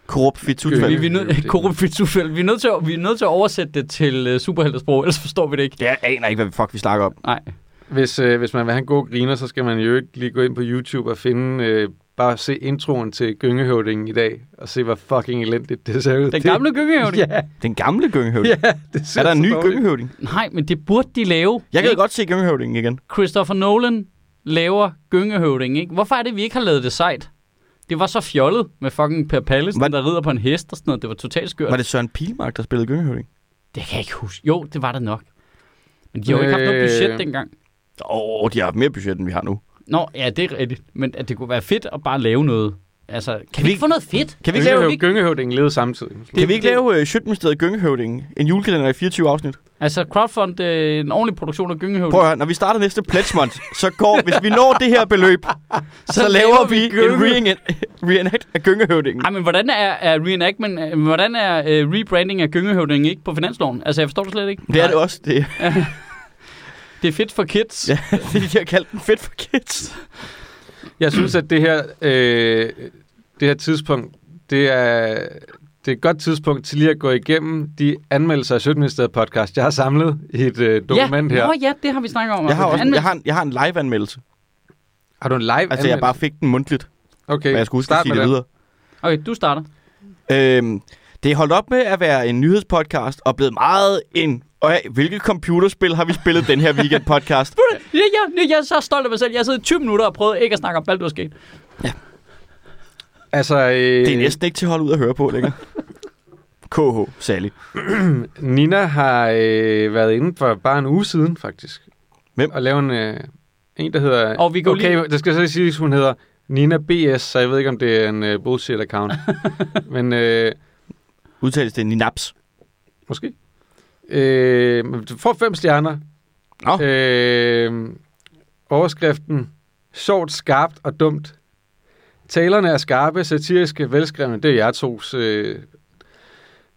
C: Korrupt
A: Vi,
C: fitutfald.
A: vi, er nød, korrupt fitsufæld. Vi, er nødt til at, vi er nødt til at oversætte det til uh, superheltesprog, ellers forstår vi det ikke.
C: Det jeg aner ikke, hvad fuck vi snakker om.
A: Nej.
B: Hvis, øh, hvis man vil have en god griner, så skal man jo ikke lige gå ind på YouTube og finde... Øh, bare se introen til gyngehøvdingen i dag, og se, hvor fucking elendigt det ser ud.
A: Den gamle gyngehøvding?
B: Ja,
C: Den gamle Gyngehøvding.
B: ja, det ser
C: er der en
B: så
C: ny
B: dårligt.
C: Gyngehøvding?
A: Nej, men det burde de lave.
C: Jeg kan
A: ikke?
C: godt se Gyngehøvdingen igen.
A: Christopher Nolan laver gyngehøvding, ikke? Hvorfor er det, vi ikke har lavet det sejt? Det var så fjollet med fucking Per Pallesen,
C: Var-
A: der rider på en hest og sådan noget. Det var totalt skørt.
C: Var det Søren Pilmark, der spillede Gyngehøvding?
A: Det kan jeg ikke huske. Jo, det var det nok. Men de har jo ikke haft noget
B: Øh.
A: budget dengang.
C: Åh, oh, de har haft mere budget, end vi har nu.
A: Nå, ja, det er rigtigt. Men at det kunne være fedt at bare lave noget. Altså, kan, vi
C: vi-
A: ikke få noget fedt?
C: Kan vi ikke lave,
B: Gyngehøv, gyngehøvdingen levede samtidig.
C: kan vi ikke lave øh, Sjøtministeriet Gyngehøvdingen? En julekalender i 24 afsnit?
A: Altså, crowdfund øh, en ordentlig produktion af
C: Prøv
A: gyngehøvding.
C: at høre, når vi starter næste pledge month, så går, hvis vi når det her beløb, så, så laver vi en
A: Gynge-
C: reenact- reenact af Gyngehøvdingen.
A: Ej, men hvordan er, er reenactment, øh, hvordan er øh, rebranding af gyngehøvdingen ikke på finansloven? Altså, jeg forstår det slet ikke.
C: Det er det også. Det,
A: Det er fedt for kids.
C: Ja. det de har kaldt den fedt for kids.
B: Jeg synes, at det her, øh, det her tidspunkt, det er, det er et godt tidspunkt til lige at gå igennem de anmeldelser af Sjøtministeriet podcast, jeg har samlet i et øh, dokument
A: ja.
B: her.
A: Nå, ja, det har vi snakket om. Altså,
C: Jeg har, også,
A: Anmeld-
C: jeg har, en, jeg har en live-anmeldelse.
B: Har du en live
C: Altså, jeg bare
B: anmeldelse?
C: fik den mundtligt,
B: okay,
C: men jeg skulle huske at
B: Øh, start
C: sige
B: med
C: det
B: den.
C: videre.
A: Okay, du starter.
C: Øhm, det er holdt op med at være en nyhedspodcast, og blevet meget en... Og hey, hvilket computerspil har vi spillet den her weekend podcast?
A: Ja, ja, jeg er så stolt af mig selv. Jeg har siddet i 20 minutter og prøvet ikke at snakke om Baldur's Gate.
B: Altså, øh,
C: Det er næsten ikke til at holde ud at høre på længere. KH, Sally.
B: Nina har øh, været inde for bare en uge siden, faktisk.
C: Hvem?
B: Og lave en, øh, en, der hedder...
A: Og vi kan jo
B: okay,
A: lige-
B: der skal så lige siges, hun hedder Nina BS, så jeg ved ikke, om det er en øh, bullshit-account. Men... Øh,
C: Udtales det Ninaps.
B: Måske. Øh, men du får fem stjerner.
C: Nå.
B: Øh, overskriften. Sjovt, skarpt og dumt. Talerne er skarpe, satiriske, velskrevne. Det er jeg tos. Øh.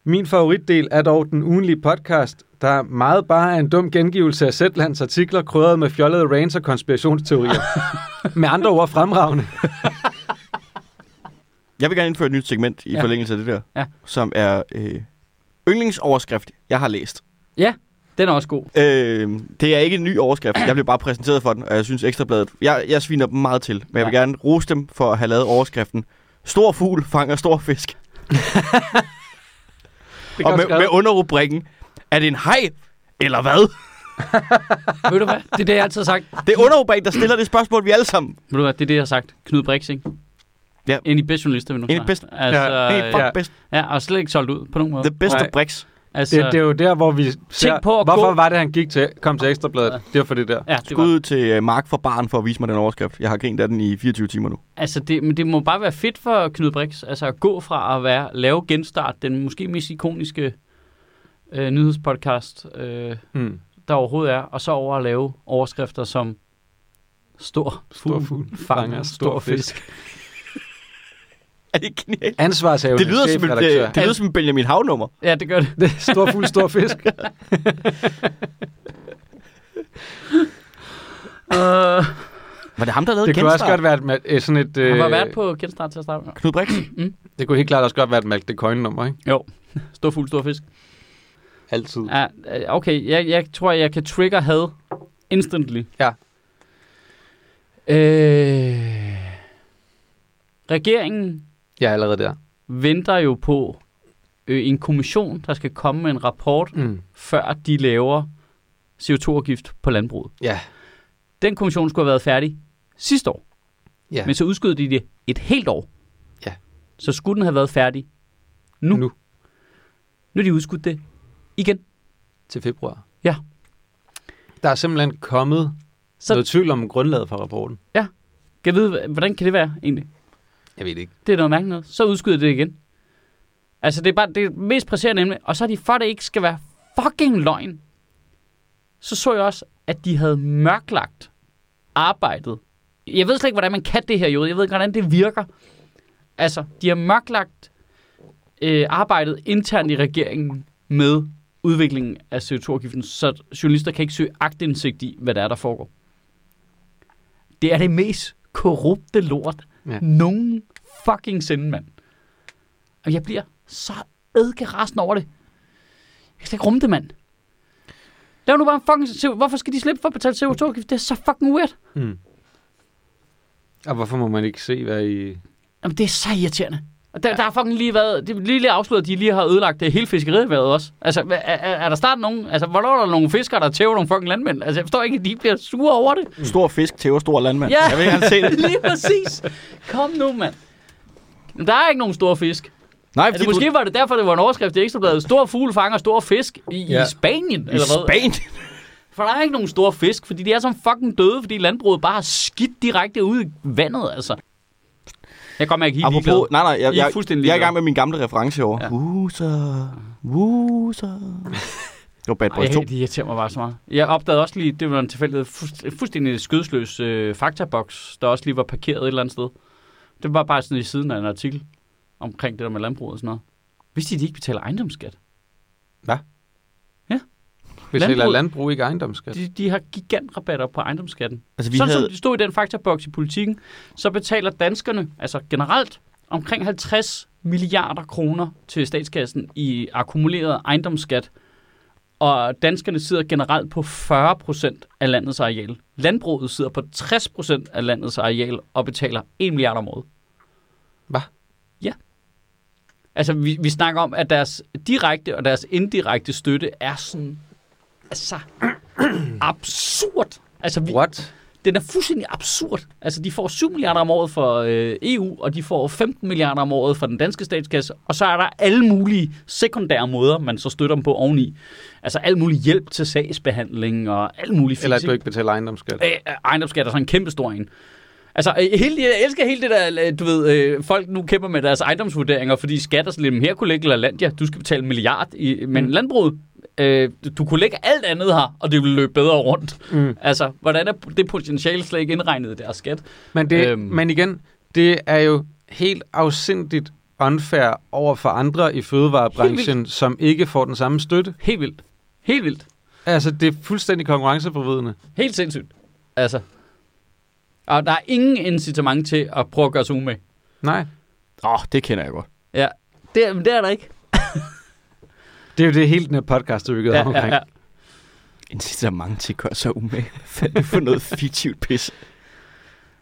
B: Min favoritdel er dog den ugenlige podcast, der meget bare er en dum gengivelse af Zetlands artikler, krydret med fjollede rants og konspirationsteorier. med andre ord fremragende.
C: Jeg vil gerne indføre et nyt segment i
A: Ja.
C: ja. forlængelse af det der,
A: Ja.
C: som er øh, yndlingsoverskrift, jeg har læst.
A: Ja, den er også god.
C: Øh, det er ikke en ny overskrift. Jeg blev bare præsenteret for den, og jeg synes Ekstrabladet... Jeg, jeg sviner dem meget til, men jeg vil
A: Ja.
C: gerne rose dem for at have lavet overskriften. Stor fugl fanger stor fisk.
B: Det
C: Og med, med underrubrikken, er det en hej, eller hvad?
A: Ved du hvad? Det er det, jeg altid har sagt.
C: Det er underrubrikken, der stiller det spørgsmål, vi alle sammen.
A: Ved du hvad? Det er det, jeg har sagt. Knud Brixing.
C: Ja.
A: En af de bedste journalister, vi nu
C: En af de
A: snakker.
C: bedste.
A: Altså,
B: Ja,
C: Hey, fuck
A: ja.
B: ja.
C: best,
A: ja, og slet ikke solgt ud på nogen måde.
C: the best
B: Nej.
C: of bricks.
A: altså,
B: Det, det er jo der, hvor vi ser,
A: på at
B: hvorfor
A: gå-
B: var det, han gik til, kom til Ekstrabladet? Det var for det der.
A: ja, det var,
C: Skud til øh, Mark fra Barn for at vise mig den overskrift. Jeg har grint af den i 24 timer nu.
A: altså det, men det må bare være fedt for Knud Brix, altså at gå fra at være, lave genstart, den måske mest ikoniske øh, nyhedspodcast, øh,
B: Mm.
A: der overhovedet er, og så over at lave overskrifter som Stor
B: Stor
A: fugl,
B: fugl
A: fanger stor fisk.
C: Er det genialt?
B: Ansvarshavende
C: Det lyder, som et,
B: chefredaktør.
C: det, det lyder som et Benjamin Havnummer.
A: Ja, det gør det.
B: stor fugl, stor fisk.
A: Uh,
C: Var det ham, der lavede
B: Det kunne også
C: genstart?
B: godt være et, ma- øh, sådan et...
A: han var
B: øh,
A: vært på genstart til at starte med.
C: Knud Brix?
B: Det kunne helt klart også godt være et Malk det nummer ikke?
A: Jo, Stor fugl, stor fisk.
B: Altid.
A: Ja, øh, okay, jeg, jeg tror, jeg kan trigger had instantly.
B: Ja.
A: Øh, regeringen
B: Jeg er allerede der.
A: venter jo på øh, en kommission, der skal komme med en rapport,
B: Mm.
A: før de laver CO2-afgift på landbruget.
B: Ja.
A: Den kommission skulle have været færdig sidste år,
B: ja.
A: men så udskød de det et helt år.
B: Ja.
A: Så skulle den have været færdig nu.
B: Nu.
A: Nu er de udskudt det igen.
B: Til februar.
A: Ja.
B: Der er simpelthen kommet
A: Så-
B: så... noget tvivl om grundlaget for rapporten.
A: Kan jeg vide, hvordan kan det være egentlig?
B: Jeg ved det ikke.
A: Det er noget mærkeligt noget. Så udskyder det igen. Altså, det er bare det er mest presserende emne. Og så er de for, at det ikke skal være fucking løgn. Så så jeg også, at de havde mørklagt arbejdet. Jeg ved slet ikke, hvordan man kan det her, jo. Jeg ved ikke, hvordan det virker. Altså, de har mørklagt øh, arbejdet internt i regeringen med udviklingen af CO2-afgiften, så journalister kan ikke søge agtindsigt i, hvad der er, der foregår. Det er det mest korrupte lort,
B: Ja.
A: nogen fucking sinde, mand. Og jeg bliver så ædgerasende over det. Jeg kan slet ikke rumme det, mand. Lav nu bare en fucking... CO2 Hvorfor skal de slippe for at betale CO2-afgift? Det er så fucking weird.
B: Mm. Og hvorfor må man ikke se, hvad I...
A: Jamen, det er så irriterende. Og der, ja. der har fucking lige været... Det er lige, lige afsløret, at de lige har ødelagt det hele fiskerierhvervet også. Altså, hva- er, er, er der snart nogen... Altså, hvornår er der nogle fiskere, der tæver nogle fucking landmænd? Altså, jeg forstår ikke, at de bliver sure over det.
C: Stor fisk, tæver stor landmand.
A: Ja.
C: Jeg vil gerne se det.
A: lige præcis. Kom nu, mand. Men der er ikke nogen store fisk.
C: Nej,
A: Altså,
C: fordi
A: måske var det derfor, det var en overskrift i Ekstrabladet. Stor fugl fanger stor fisk i, ja.
B: Ja.
A: i Spanien.
C: du... I Spanien.
A: For der er ikke nogen store fisk, fordi de er som fucking døde, fordi landbruget bare har skidt direkte ud i vandet, altså. Jeg kommer ikke helt
C: Apropos,
A: ligeglad.
C: nej, nej, jeg,
A: I er
C: jeg,
A: fuldstændig
C: jeg er i
A: ligeglade.
C: gang med min gamle reference over.
A: Ja.
C: Ja. Wuser, wuser. Det var Bad Boys 2.
A: Ej, det irriterer mig bare så meget. Jeg opdagede også lige, det var en tilfældighed, fuldst- fuldstændig skødsløs øh, faktaboks, der også lige var parkeret et eller andet sted. Det var bare sådan i siden af en artikel omkring det der med landbruget og sådan noget. Vidste I, de ikke betaler ejendomsskat?
B: Hvis
A: Landbrug-
B: landbrug... eller landbrug ikke ejendomsskat?
A: De, de har gigantrabatter på ejendomsskatten.
C: Altså,
A: Vi
C: vi
A: Sådan havde...
C: havde,
A: som det stod i den faktaboks i politikken, så betaler danskerne, altså generelt, omkring 50 milliarder kroner til statskassen i akkumuleret ejendomsskat. Og danskerne sidder generelt på 40 procent af landets areal. Landbruget sidder på 60 procent af landets areal og betaler 1 milliard om året.
B: Hva?
A: Ja. Altså, vi, vi snakker om, at deres direkte og deres indirekte støtte er sådan... Altså, absurd. Altså, vi,
B: What?
A: den er fuldstændig absurd. Altså, de får 7 milliarder om året fra øh, EU, og de får 15 milliarder om året fra den danske statskasse, og så er der alle mulige sekundære måder, man så støtter dem på oveni. Altså, al mulig hjælp til sagsbehandling og alt muligt
B: Eller at
A: fint,
B: du ikke betaler ejendomsskat?
A: Øh, ejendomsskat er sådan en kæmpe stor en. Altså, øh, hele, jeg elsker hele det der, øh, du ved, øh, folk nu kæmper med deres ejendomsvurderinger, fordi skat er sådan lidt, her kunne ligge Lalandia, du skal betale en milliard, i, men mm. landbruget, øh, du kunne lægge alt andet her, og det ville løbe bedre rundt. Mm. Altså, hvordan er det potentiale slet ikke indregnet i deres skat?
B: Men, det,
A: Øhm.
B: øhm. men igen, det er jo helt afsindigt unfair over for andre i
A: Helt
B: fødevarebranchen, som ikke får den samme støtte.
A: Helt vildt. Helt vildt.
B: Altså, det er fuldstændig konkurrenceforvidende.
A: Helt sindssygt. Altså. Og der er ingen incitament til at prøve at gøre sig umage.
B: Nej,
C: åh, oh, det kender jeg godt.
A: Ja, det, men det er der ikke.
B: det er jo det hele den her podcast, er bygget ja,
A: Ja, ja,
B: omkring.
A: ja.
B: Ja,
C: Incitament til at gøre sig umage. Hvad er det for noget fiktivt pis?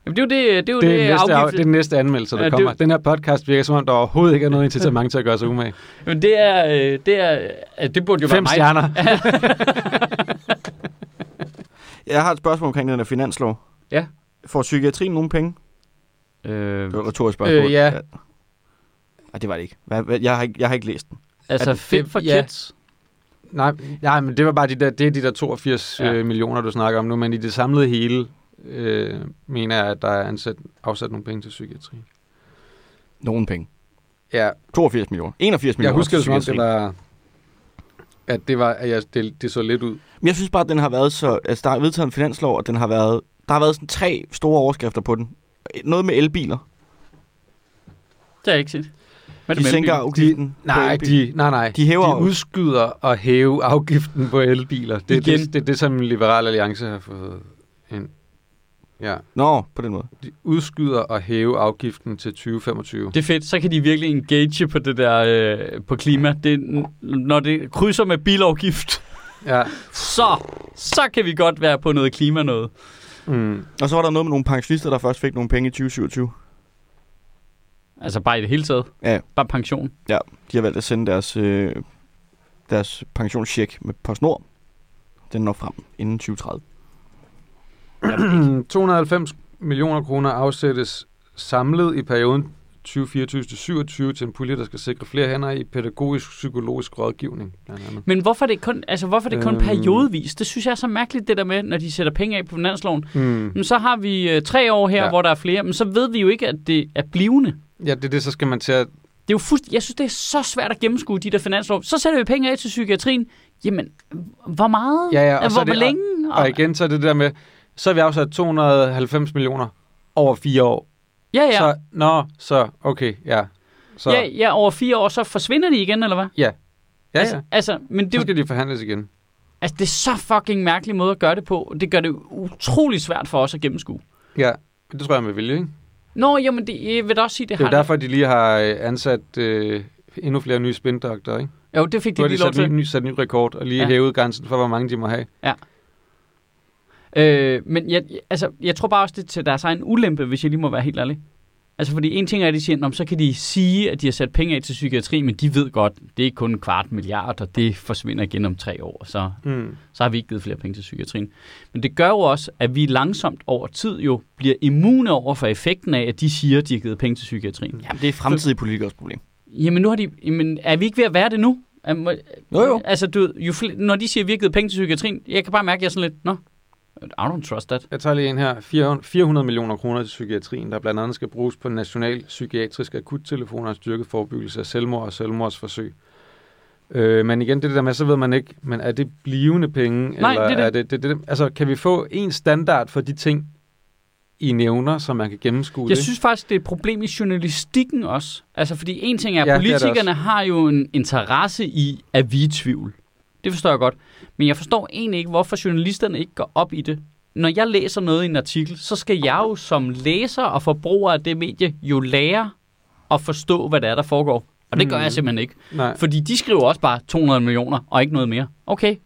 A: Jamen, det er jo det, det, er jo
B: Det, er
A: det,
B: det, næste, af,
A: afgift-
B: det er den næste anmeldelse, der
A: Ja,
B: ja,
A: det-
B: kommer. Den her podcast virker som om, der overhovedet ikke er noget incitament til at gøre sig umage.
A: Men det er, øh, det er, øh, det burde jo være
B: Fem
A: mig.
B: stjerner.
C: Jeg har et spørgsmål omkring den her finanslov.
A: Ja.
C: Får psykiatrien nogle penge?
A: Øh,
C: Det var et retorisk spørgsmål.
B: Øh, ja.
C: Nej, det var det ikke. Hvad, hvad, jeg, har ikke. jeg har ikke læst den.
A: altså,
B: at-
A: fedt for
B: ja.
A: kids.
B: Nej, nej, men det var bare de der, det er de der 82
A: Ja.
B: ja. øh, millioner, du snakker om nu, men i det samlede hele, øh, mener jeg, at der er ansat, afsat nogle penge til psykiatri.
C: Nogen penge.
B: Ja,
C: 82 millioner. 81 millioner.
B: jeg husker det
C: til
B: som om, det
C: psykiatrien.
B: var, at det, var, at jeg, det, det så lidt ud.
C: Men jeg synes bare, at den har været så... Altså, der er vedtaget en finanslov, og den har været... Der har været sådan tre store overskrifter på den. Noget med elbiler.
A: Det har jeg ikke set. Hvad er
C: De
A: det med
C: sænker
A: elbiler?
C: afgiften på
B: Nej,
C: elbiler.
B: de, nej, nej.
C: De hæver
B: de udskyder at hæve afgiften på elbiler. Det er
A: Igen.
B: det, det, det, som Liberal Alliance har fået ind. Ja,
C: Nå, på den måde.
B: de udskyder at hæve afgiften til 2025.
A: Det er fedt. Så kan de virkelig engage på det der øh, på klima. Det, er n- når det krydser med bilafgift,
B: Ja.
A: så, så kan vi godt være på noget klima noget.
B: Mm.
C: Og så var der noget med nogle pensionister, der først fik nogle penge i 2027.
A: Altså bare i det hele taget.
C: Ja.
A: Bare pension.
C: De har valgt at sende deres, øh, deres pensionscheck med PostNord. Den når frem inden 2030.
B: 290 millioner kroner afsættes samlet i perioden 2024-2027 til en pulje, der skal sikre flere hænder i pædagogisk-psykologisk rådgivning. Blandt andet.
A: Men hvorfor er det kun, altså hvorfor er det kun
B: Øhm.
A: øhm. periodevis? Det synes jeg er så mærkeligt, det der med, når de sætter penge af på finansloven.
B: Mm.
A: Men så har vi øh, tre år her,
B: Ja.
A: ja. hvor der er flere. Men så ved vi jo ikke, at det er blivende.
B: Ja, det er det, så skal man til at...
A: Det er jo fuldst... Jeg synes, det er så svært at gennemskue de der finanslov. Så sætter vi penge af til psykiatrien. Jamen, hvor meget? Altså,
B: Ja, ja, og så
A: hvor
B: er det-
A: længe?
B: Og igen, så er det der med, så har vi afsat 290 millioner over fire år.
A: ja, ja.
B: Så, nå, så, okay, ja. Så,
A: Ja, ja, over fire år, så forsvinder de igen, eller hvad?
B: ja,
A: Altså,
B: ja.
A: altså men det,
B: Så
A: er jo-
B: skal de forhandles igen.
A: altså, det er så fucking mærkelig måde at gøre det på. Det gør det utrolig svært for os at gennemskue.
B: Ja, det tror jeg med vilje, ikke?
A: Nå, jo, men det, jeg vil da også sige, det,
B: Det er
A: har
B: jo derfor, de lige har øh, ansat øh, endnu flere nye spindoktorer, ikke?
A: det. Jo, det fik
B: Nu
A: de
B: har de
A: lige lov
B: sat ny,
A: til.
B: ny, sat ny rekord og lige
A: Ja.
B: ja. hævet grænsen for, hvor mange de må have.
A: Øh, men jeg, altså, jeg tror bare også, det er til deres egen ulempe, hvis jeg lige må være helt ærlig. Altså, fordi en ting er, at de siger, "Nå, men så kan de sige, at de har sat penge af til psykiatri, men de ved godt, det er kun en kvart milliard, og det forsvinder igen om tre år, så
B: Mm.
A: så har vi ikke givet flere penge til psykiatrien. Men det gør jo også, at vi langsomt over tid jo bliver immune over for effekten af, at de siger, at de har givet penge til psykiatrien.
C: Jamen, det er fremtidige politikers problem.
A: Jamen nu har de, jamen, er vi ikke ved at være det nu? Er- må-
C: Jo, jo.
A: Altså, du, ved, jo fl- når de siger, at vi har givet penge til psykiatrien, jeg kan bare mærke, at jeg er sådan lidt, nå, I don't trust that.
B: Jeg tager lige en her. 400 400 millioner kroner til psykiatrien, der blandt andet skal bruges på national psykiatrisk akuttelefon og styrket forebyggelse af selvmord og selvmordsforsøg. Øh, men igen, det der med, så ved man ikke, men er det blivende penge?
A: Nej,
B: eller
A: det er det.
B: Er det, det, det, det, altså, kan vi få en standard for de ting, I nævner, så man kan gennemskue
A: Jeg
B: det?
A: synes faktisk, det er et problem i journalistikken også. Altså, fordi en ting er, at
B: Ja,
A: ja,
B: det er det
A: politikerne
B: også.
A: har jo en interesse i, at vi er i tvivl. Det forstår jeg godt. Men jeg forstår egentlig ikke, hvorfor journalisterne ikke går op i det. Når jeg læser noget i en artikel, så skal jeg jo som læser og forbruger af det medie jo lære at forstå, hvad der er, der foregår. Og det gør
B: Mhm.
A: jeg simpelthen ikke.
B: Nej.
A: Fordi de skriver også bare 200 millioner og ikke noget mere. Okay.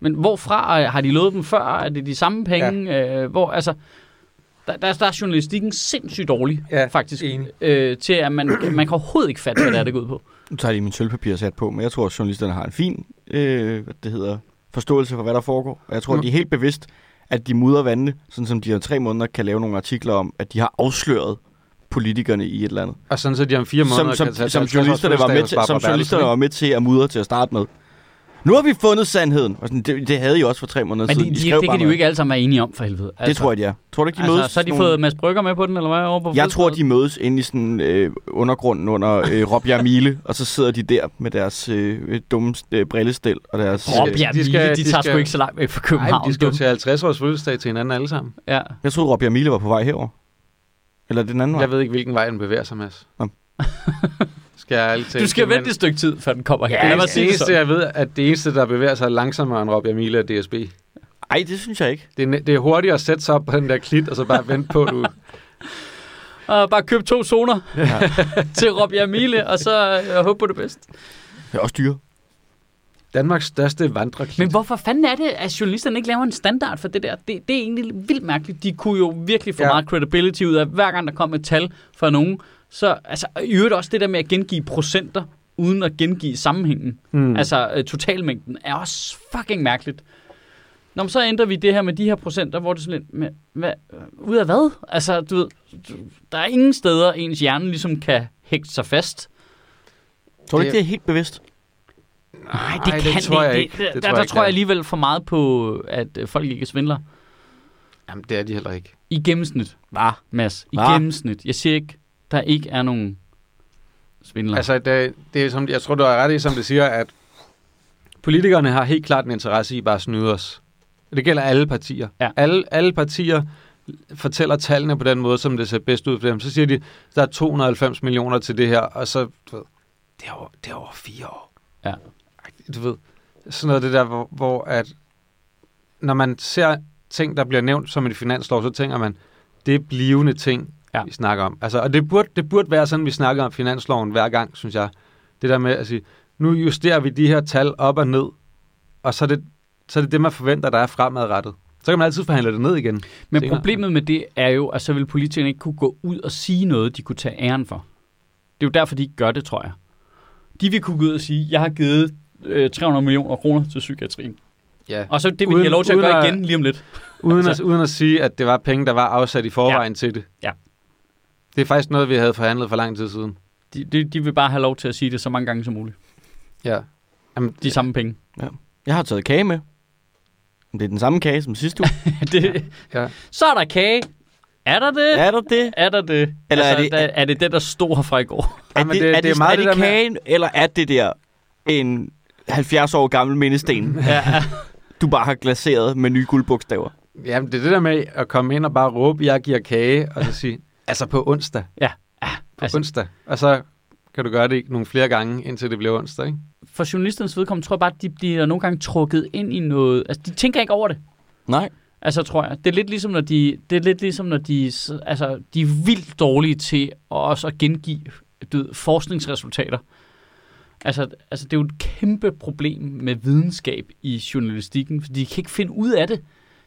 A: Men hvorfra øh, har de lovet dem før? Er det de samme penge? Ja. Øh, hvor, altså, der, der, der er journalistikken sindssygt dårlig,
B: Ja,
A: faktisk.
B: enig.
A: Øh, til at man, man kan overhovedet ikke fatte, hvad det er, det går ud på.
C: Nu tager de min sølvpapir sat på, men jeg tror, at journalisterne har en fin øh, hvad det hedder, forståelse for, hvad der foregår. Og jeg tror,
B: Mm.
C: mm. de er helt bevidst, at de mudrer vandene, sådan som de om tre måneder kan lave nogle artikler om, at de har afsløret politikerne i et eller andet.
B: Og sådan så de om fire måneder
C: Som, som,
B: kan tage
C: som,
B: 50 års
C: journalisterne var
B: fødselsdag
C: med
B: hos
C: til,
B: Barbara
C: som journalisterne var
B: Bertelsen,
C: med til at mudre til at starte med. Nu har vi fundet sandheden. Og sådan, det, det havde I også for tre måneder
A: Men de,
C: siden.
A: de,
C: skrev
A: det
C: bare
A: kan de jo
C: noget.
A: ikke alle sammen være enige om, for helvede.
C: Det tror jeg, de er. Tror du ikke, de
A: altså,
C: mødes?
A: Så har de
C: sådan nogle-
A: fået Mads Brygger med på den, eller hvad? Over på
C: Jeg tror,
A: fødselsdagen?
C: de mødes inde i sådan øh, undergrunden under øh, Rob Mile, og så sidder de der med deres øh, dumme øh, brillestel og deres... øh,
A: Prop,
B: de
A: ja, de,
B: skal-
A: skal, de,
B: de
A: tager
B: skal-
A: sgu ikke så langt væk fra
B: ikke? Nej,
A: København.
B: de skal jo
A: du.
B: til 50 års fødselsdag til hinanden alle sammen.
A: ja.
C: Jeg troede, Rob Mile var på vej herover. Eller den anden vej.
B: Jeg ved ikke, hvilken vej den bevæger sig, Mads.
C: Nå.
B: skal jeg ærligt
A: du skal vente et stykke tid, før den kommer her.
B: Ja,
A: Lad mig
B: det,
A: sige det
B: eneste,
A: sådan.
B: jeg ved, at det eneste, der bevæger sig langsommere end Rob Jamila og DSB.
C: Ej, det synes jeg ikke.
B: Det er, ne- det er hurtigere at sætte sig op på den der klit, og så bare vente på, at du...
A: Og bare køb to zoner til Rob Jamile, og så øh, håbe på det bedste.
C: Det er også dyre.
B: Danmarks største vandreklit.
A: Men hvorfor fanden er det, at journalisterne ikke laver en standard for det der? Det, det er egentlig vildt mærkeligt. De kunne jo virkelig få
B: Ja.
A: ja. meget credibility ud af, hver gang der kom et tal fra nogen. Så altså, i øvrigt også det der med at gengive procenter, uden
B: Hmm.
A: Altså, at gengive sammenhængen. Mm. Altså øh, totalmængden er også fucking mærkeligt. Nå, men så ændrer vi det her med de her procenter, hvor det er sådan lidt, men, hvad, øh, ud af hvad? Altså, du ved, du- der er ingen steder, ens hjerne ligesom kan hægte sig fast.
C: Tror du
B: Det-
C: ikke, det er helt bevidst?
A: Nej,
B: Ej, det tror jeg ikke.
A: Det,
B: Det
A: der
B: tror
A: der
B: jeg ikke,
A: tror jeg
B: det er.
A: alligevel for meget på, at øh, folk ikke svindler.
B: Jamen, det er de heller ikke.
A: I gennemsnit,
C: Var.
A: Mads. I
C: Hva?
A: gennemsnit. Jeg siger ikke, der ikke er nogen svindler. Altså,
B: Altså, det, det er, som, jeg tror, du har ret i, som det siger, at politikerne har helt klart en interesse i bare at snyde os. Det gælder alle partier.
A: Ja.
B: Alle, alle partier fortæller tallene på den måde, som det ser bedst ud for dem. Så siger de, der er 290 millioner til det her, og så, du ved, det er over, det er over fire år.
A: Ja.
B: Du ved, sådan noget af det der, hvor, hvor at, når man ser ting, der bliver nævnt som en finanslov, så tænker man, det er blivende ting,
A: Ja.
B: ja. vi snakker om. Altså, og det burde, det burde være sådan, vi snakker om finansloven hver gang, synes jeg. Det der med at sige, nu justerer vi de her tal op og ned, og så er det så er det, det man forventer, der er fremadrettet. Så kan man altid forhandle det ned igen.
A: Men
B: senere.
A: problemet med det er jo, at så vil politikerne ikke kunne gå ud og sige noget, de kunne tage æren for. Det er jo derfor, de ikke gør det, tror jeg. De vil kunne gå ud og sige, jeg har givet øh, 300 millioner kroner til psykiatrien.
B: Ja.
A: Og så det vil de
B: Uden-
A: have lov til at
B: uden
A: gøre
B: at-
A: igen lige om lidt.
B: Uden,
A: Altså-
B: at, uden at sige, at det var penge, der var afsat i forvejen ja. til det.
A: Ja.
B: Det er faktisk noget, vi havde forhandlet for lang tid siden.
A: De, de, de vil bare have lov til at sige det så mange gange som muligt.
B: Ja. Jamen,
A: De samme penge.
C: Jeg har taget kage med. Men Det er den samme kage som sidste uge.
A: det,
B: Ja.
A: Så er der kage. Er der det?
C: er der det?
A: Er der det?
C: Eller
A: altså,
C: er det-
A: der, er det den, der stod her fra i går?
C: Er
B: Jamen,
C: det, er det, er det,
B: meget
C: er det,
B: det der med-
C: kagen, eller er det der en 70 år gammel mindesten,
A: ja.
C: du bare har glaseret med nye guldbogstaver?
B: jamen, det er det der med at komme ind og bare råbe, jeg giver kage, og så sige, altså på onsdag, på
A: altså,
B: altså. onsdag. Og så kan du gøre det nogle flere gange, indtil det bliver onsdag, ikke?
A: for journalisternes vedkommende tror jeg bare, at de bliver nogle gange trukket ind i noget. Altså, de tænker ikke over det.
C: Nej.
A: Altså, tror jeg. Det er lidt ligesom, når de, det er lidt ligesom, når de, s- altså, de er vildt dårlige til også at gengive du ved, forskningsresultater. Altså, altså, det er jo et kæmpe problem med videnskab i journalistikken, for de kan ikke finde ud af det.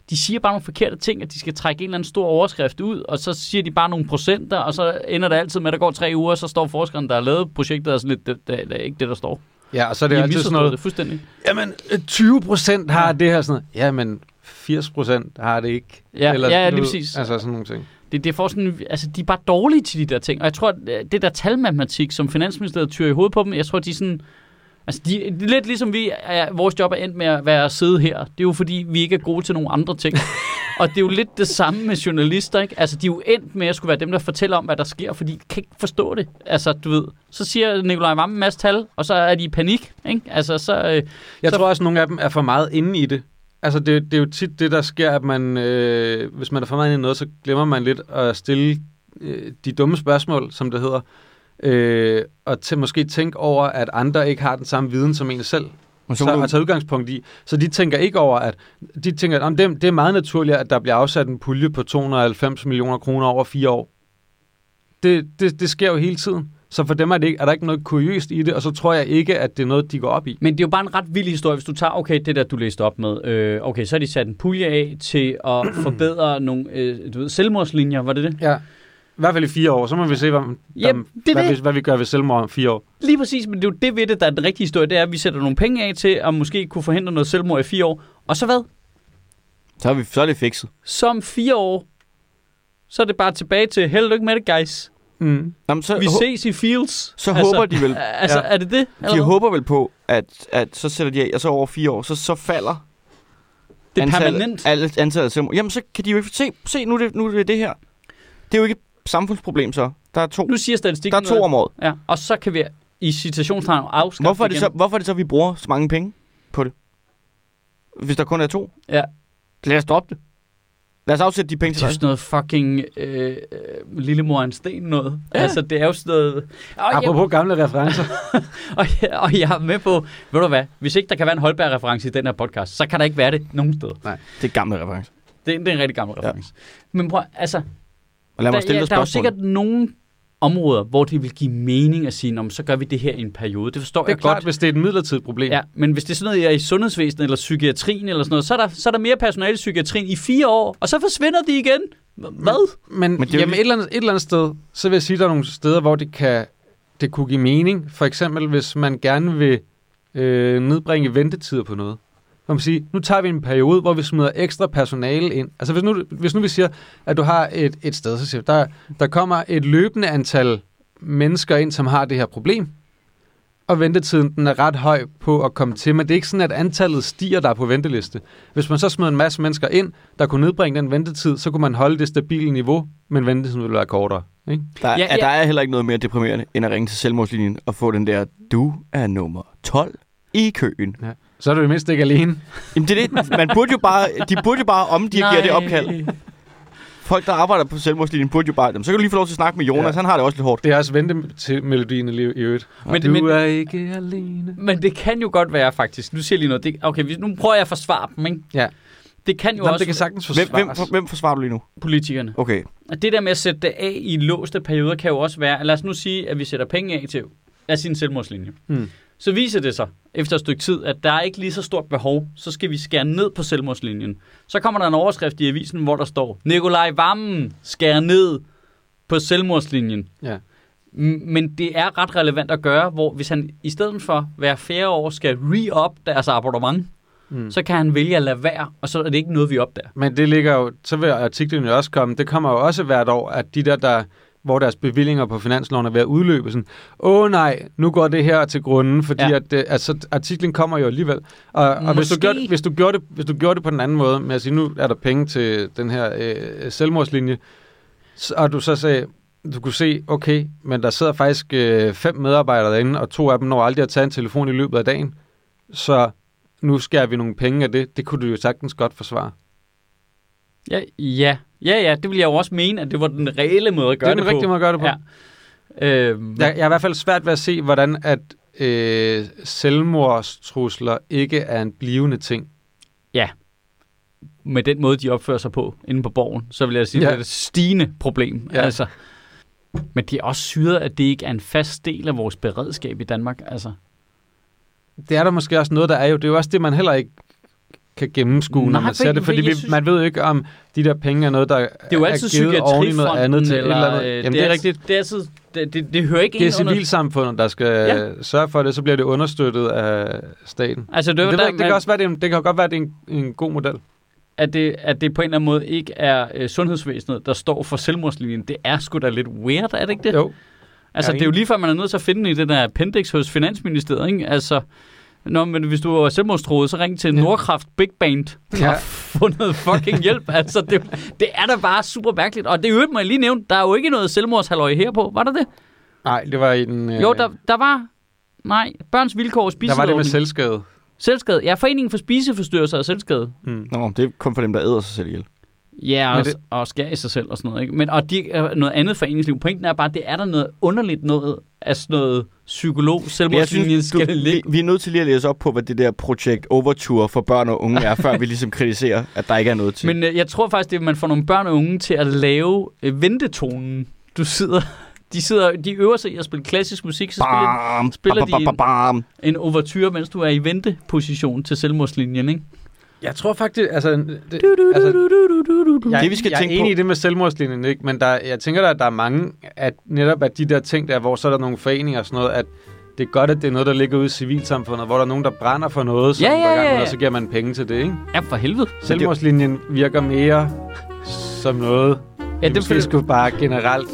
A: De siger bare nogle forkerte ting, at de skal trække en eller anden stor overskrift ud, og så siger de bare nogle procenter, og så ender det altid med, at der går tre uger, og så står forskeren, der har lavet projektet, og sådan lidt, det, det, det er ikke det, der står.
B: Ja, og så er det
A: de
B: jo
A: har
B: altid
A: misforstået
B: sådan noget,
A: det fuldstændig.
B: jamen, øh, 20 procent har det her, sådan noget. Jamen, 80 procent har det ikke.
A: Ja, ja, lige
B: du ved,
A: præcis.
B: Altså sådan nogle ting.
A: Det, det får sådan, altså, de er bare dårlige til de der ting. Og jeg tror, at øh, det der talmatematik, som Finansministeriet tyrer i hovedet på dem, jeg tror, de er sådan... Altså, de, det er lidt ligesom vi, er, vores job er endt med at være at sidde her. Det er jo fordi, vi ikke er gode til nogle andre ting. og det er jo lidt det samme med journalister, ikke? Altså, de er jo endt med at skulle være dem, der fortæller om, hvad der sker, fordi de kan ikke forstå det. Altså, du ved, så siger Nikolaj Vammen en masse tal, og så er de i panik, ikke? Altså, så... Øh,
B: Jeg
A: Så-
B: så... tror også, at nogle af dem er for meget inde i det. Altså, det, det er jo tit det, der sker, at man, øh, hvis man er for meget inde i noget, så glemmer man lidt at stille øh, de dumme spørgsmål, som det hedder, øh, og til måske tænke over, at andre ikke har den samme viden som en selv.
C: Men så,
B: Så, og
C: så,
B: tage udgangspunkt i. Så de tænker ikke over, at de tænker, at "Nå, men det, det er meget naturligt, at der bliver afsat en pulje på 290 millioner kroner over fire år. Det, det, det sker jo hele tiden. Så for dem er, det ikke, er der ikke noget kuriøst i det, og så tror jeg ikke, at det er noget, de går op i.
A: Men det er jo bare en ret vild historie, hvis du tager, okay, det der, du læste op med, øh, okay, så har de sat en pulje af til at forbedre nogle, øh, du ved, selvmordslinjer, var det det?
B: Ja. I hvert fald i fire år. Så må vi se, hvad,
A: Jamen,
B: hvad,
A: det er
B: hvad,
A: det.
B: Vi, hvad vi gør ved selvmord om fire år.
A: Lige præcis, men det er jo det ved det, der er den rigtige historie, det er, at vi sætter nogle penge af til at måske kunne forhindre noget selvmord i fire år, og så hvad?
C: så, er vi, så er det fikset.
A: Så om fire år, så er det bare tilbage til, held og lykke med det, guys.
B: Mm.
C: Jamen, så,
A: Vi
C: hå-
A: ses i fields.
C: så håber de vel,
A: Altså,
B: Ja.
A: er det det?
C: de
A: Eller hvad?
C: håber vel på, at, at så sætter de af, og så over fire år, så, så falder
A: det er
C: antallet,
A: permanent.
C: Alle, antallet af selvmord. Jamen, så kan de jo ikke se, se nu, er det, nu er det det her. Det er jo ikke et samfundsproblem, så. Der er to,
A: Nu siger statistikken
C: der er to
A: noget.
C: om året.
A: Ja, og så kan vi i citationstegn afskaffe
C: Hvorfor er, det
A: igen.
C: så, hvorfor er det så, vi bruger så mange penge på det? Hvis der kun er to?
A: Ja.
C: Lad os stoppe det. Lad os afsætte de penge
A: Det
C: til
A: er jo
C: dig.
A: sådan noget fucking øh, øh, lillemor er en sten noget. Ja.
C: Ja.
A: Altså, det er jo sådan noget... Og jeg,
B: Apropos gamle referencer.
A: og, jeg, og jeg er med på, ved du hvad, hvis ikke der kan være en Holberg-reference i den her podcast, så kan der ikke være det nogen sted.
C: Det er gamle reference.
A: Det, er- det er en rigtig gammel
C: Ja.
A: reference. Men prøv, altså,
C: Og lad
A: der,
C: mig stille dig
A: der er jo
C: spørgsmål.
A: sikkert nogen områder, hvor det vil give mening at sige, "Nå, men så gør vi det her i en periode. Det forstår
B: Det er
A: jeg godt.
B: klart, hvis det er et midlertidigt problem.
A: Ja, men hvis det er sådan noget, jeg er i sundhedsvæsenet eller psykiatrien eller sådan noget, så er der, så er der mere personale i psykiatrien i fire år, og så forsvinder de igen. Hvad?
B: Men,
C: Men
B: men
C: det er jo
B: jamen,
C: lige-
B: et, eller andet, et eller andet sted, så vil jeg sige, at der er nogle steder, hvor det, kan, det kunne give mening. For eksempel, hvis man gerne vil øh, nedbringe ventetider på noget. hvor man siger, nu tager vi en periode, hvor vi smider ekstra personale ind. Altså hvis nu, hvis nu vi siger, at du har et, et sted, så siger vi, der, der kommer et løbende antal mennesker ind, som har det her problem, og ventetiden den er ret høj på at komme til, men det er ikke sådan, at antallet stiger, der er på venteliste. Hvis man så smed en masse mennesker ind, der kunne nedbringe den ventetid, så kunne man holde det stabile niveau, men ventetiden ville være kortere. Ikke?
C: Der, ja,
A: Ja,
C: ja.
A: ja.
C: der er heller ikke noget mere deprimerende, end at ringe til selvmordslinjen og få den der, du er nummer 12 i køen.
B: Ja. Så er du i mindst ikke alene.
C: Jamen det er det, man burde jo bare, de burde jo bare omdirigere det opkald. Folk, der arbejder på selvmordslinjen, burde jo bare, jamen, så kan du lige få lov til at snakke med Jonas, ja.
B: Ja.
C: han har det også lidt hårdt.
B: Det er også ventemelodien i liv- i øvrigt.
A: Men-
B: du
A: men-
B: er ikke alene.
A: Men det kan jo godt være faktisk. Nu siger jeg lige noget. Det, okay, hvis- nu prøver jeg at forsvare dem, ikke?
B: Ja.
A: Det kan jo
B: Nå, men
A: også
B: det kan sagtens
C: Hvem,
B: forsvares.
C: hvem, for, hvem forsvarer du lige nu?
A: politikerne.
C: Okay.
A: Og det der med at sætte det af i låste perioder, kan jo også være, lad os nu sige, at vi sætter penge af til af sin selvmordslinje.
B: Mm.
A: Så viser det sig efter et stykke tid, at der er ikke lige så stort behov, så skal vi skære ned på selvmordslinjen. Så kommer der en overskrift i avisen, hvor der står, Nikolaj Vammen skærer ned på selvmordslinjen.
B: Ja.
A: M- Men det er ret relevant at gøre, hvor hvis han i stedet for hver fjerde år skal re-up deres abonnement,
B: Mm.
A: mm. så kan han vælge at lade være, og så er det ikke noget, vi opdager.
B: Men det ligger jo, så vil artiklen jo også komme, det kommer jo også hvert år, at de der, der hvor deres bevillinger på finansloven er ved at udløbe, sådan, åh nej, nu går det her til grunden, fordi
A: Ja.
B: ja. at, øh, altså, artiklen kommer jo alligevel. Og, og hvis, du
A: Måske.
B: gjorde, hvis, du gjorde det, hvis du gjorde det på den anden måde, med at sige, nu er der penge til den her øh, selvmordslinje, så, og du så sagde, du kunne se, okay, men der sidder faktisk øh, fem medarbejdere derinde, og to af dem når aldrig at tage en telefon i løbet af dagen, så nu skærer vi nogle penge af det. Det kunne du jo sagtens godt forsvare.
A: Ja, ja. Ja, ja, det vil jeg jo også mene, at det var den reelle måde at gøre
B: det
A: det,
B: er den
A: på.
B: rigtige måde at gøre det på. Ja.
A: Ja. Øhm,
B: Jeg, jeg er i hvert fald svært ved at se, hvordan at øh, selvmordstrusler ikke er en blivende ting.
A: Med den måde, de opfører sig på inde på borgen, så vil jeg sige,
B: Ja.
A: ja. det er et stigende problem.
B: Ja.
A: Ja. Altså. Men det er også syret, at det ikke er en fast del af vores beredskab i Danmark. Altså.
B: Det er der måske også noget, der er jo. Det er jo også det, man heller ikke kan gennemskue, når
A: Nej,
B: man
A: for-
B: ser det.
A: for
B: Fordi
A: jeg
B: vi,
A: synes-
B: man ved jo ikke, om de der penge er noget, der det
A: Det er jo altid
B: er givet oven i noget
A: psykiatrifonden,
B: andet til et
A: eller,
B: eller andet.
A: øh,
B: Jamen, det er rigtigt.
A: Det, er altid, det, det, det hører ikke
B: Det
A: ind
B: er
A: under...
B: civilsamfundet, der skal ja. sørge for det, så bliver det understøttet af staten.
A: Altså, det,
B: Det,
A: er jo
B: det, ved
A: der,
B: jeg ikke, det, kan også være, det, er en, det kan godt være, det er en, en god model.
A: at, det, at det på en eller anden måde ikke er øh, sundhedsvæsenet, der står for selvmordslinjen. Det er sgu da lidt weird, er det ikke det?
B: Jo,
A: Altså,
B: Jeg er
A: det er jo
B: enig.
A: lige før, man er nødt til at finde den i den der appendix hos Finansministeriet, ikke? Altså, Nå, men hvis du er selvmordstroet, så ring til
B: Ja.
A: Nordkraft Big Band, der
B: Ja.
A: ja. har fundet fucking hjælp. altså, det, det er da bare super mærkeligt. Og det øvrigt må jeg lige nævne, der er jo ikke noget selvmordshalløj her på. Var der det?
B: nej, det var i den...
A: Ja. Jo, der, der var... Nej, børns vilkår og
B: der var det med
A: spiselovning.
B: selvskade.
A: Selvskade. Ja, Foreningen for spiseforstyrrelser og selvskade.
B: Mm.
C: Nå, det er kun for dem, der æder sig selv ihjel.
A: Ja,
B: Men
A: og,
B: det-
A: det... og skærer i sig selv og sådan noget. Ikke? Men, og de, er noget andet foreningsliv. Pointen er bare, det er der noget underligt noget af sådan noget psykolog selvmordslinjen
C: du,
A: skal ligge
C: vi, vi er nødt til lige at læse op på, hvad det der projekt Overture for børn og unge er, før vi ligesom kritiserer, at der ikke er noget til.
A: Men øh, jeg tror faktisk, det er, at man får nogle børn og unge til at lave øh, ventetonen. Du sidder, de sidder, de øver sig i at spille klassisk musik, så spiller
C: bam,
A: spiller
C: bam,
A: de
C: bam, bam, bam.
A: de en overture, mens du er i venteposition til selvmordslinjen, ikke?
B: Jeg tror faktisk, altså... Det,
A: Du, du,
B: altså
A: du, du, du, du, du, du.
B: jeg,
C: Det, vi skal
B: jeg
C: tænke
B: er
C: på-
B: enig i det med selvmordslinjen, ikke? men der, jeg tænker da, at der er mange, at netop at de der ting der, hvor så er der nogle foreninger og sådan noget, at det er godt, at det er noget, der ligger ude i civilsamfundet, hvor der er nogen, der brænder for noget, som
A: Ja,
B: går i
A: ja,
B: gang med,
A: ja,
B: og
A: ja.
B: så giver man penge til det. Ikke?
A: Ja, for helvede.
B: Selvmordslinjen virker mere som noget, ja,
A: Ja,
B: det
A: det
B: måske
A: føler-
B: skulle bare generelt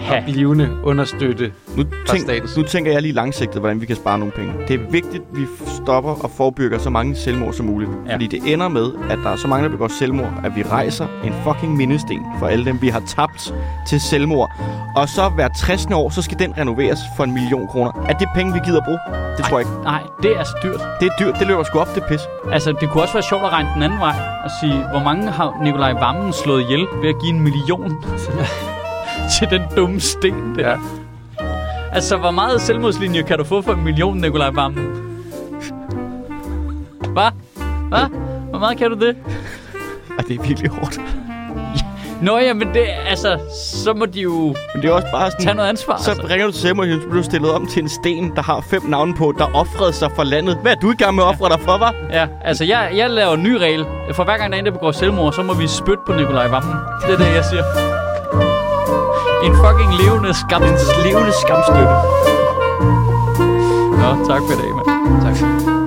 B: og
A: Ha.
B: blivende understøtte.
C: Nu, tænk,
B: statens.
C: nu tænker jeg lige langsigtet, hvordan vi kan spare nogle penge. Det er vigtigt, at vi stopper og forebygger så mange selvmord som muligt. Ja.
A: Ja.
C: Fordi det ender med, at der er så mange, der begår selvmord, at vi rejser en fucking mindesten for alle dem, vi har tabt til selvmord. Og så hver 60. år, så skal den renoveres for en million kroner. Er det penge, vi gider bruge? Det tror jeg ikke.
A: Nej, det er så dyrt.
C: Det er dyrt. Det løber sgu op, det pis.
A: Altså, det kunne også være sjovt at regne den anden vej og sige, hvor mange har Nikolaj Vammen slået ihjel ved at give en million til den dumme sten der.
B: Ja.
A: Ja. Altså, hvor meget selvmordslinje kan du få for en million, Nikolaj Vammen? Hvad? Hvad? Hvor meget kan du det?
C: Ej, det er virkelig hårdt.
A: Nå ja, men det, altså, så må de jo
C: Men det er også bare sådan...
A: tage noget ansvar.
C: Mm. Så
A: altså.
C: ringer du til Samuel, og så bliver du stillet om til en sten, der har fem navne på, der offrede sig for landet. Hvad er du i gang med at ofre dig for, hva'?
A: Ja, altså, jeg, jeg laver en ny regel. For hver gang der er en, der begår selvmord, så må vi spytte på Nikolaj Vammen. Det er det, jeg siger. En fucking levende skam.
C: En levende skamstøtte.
A: Nå, tak for i dag, mand. Tak.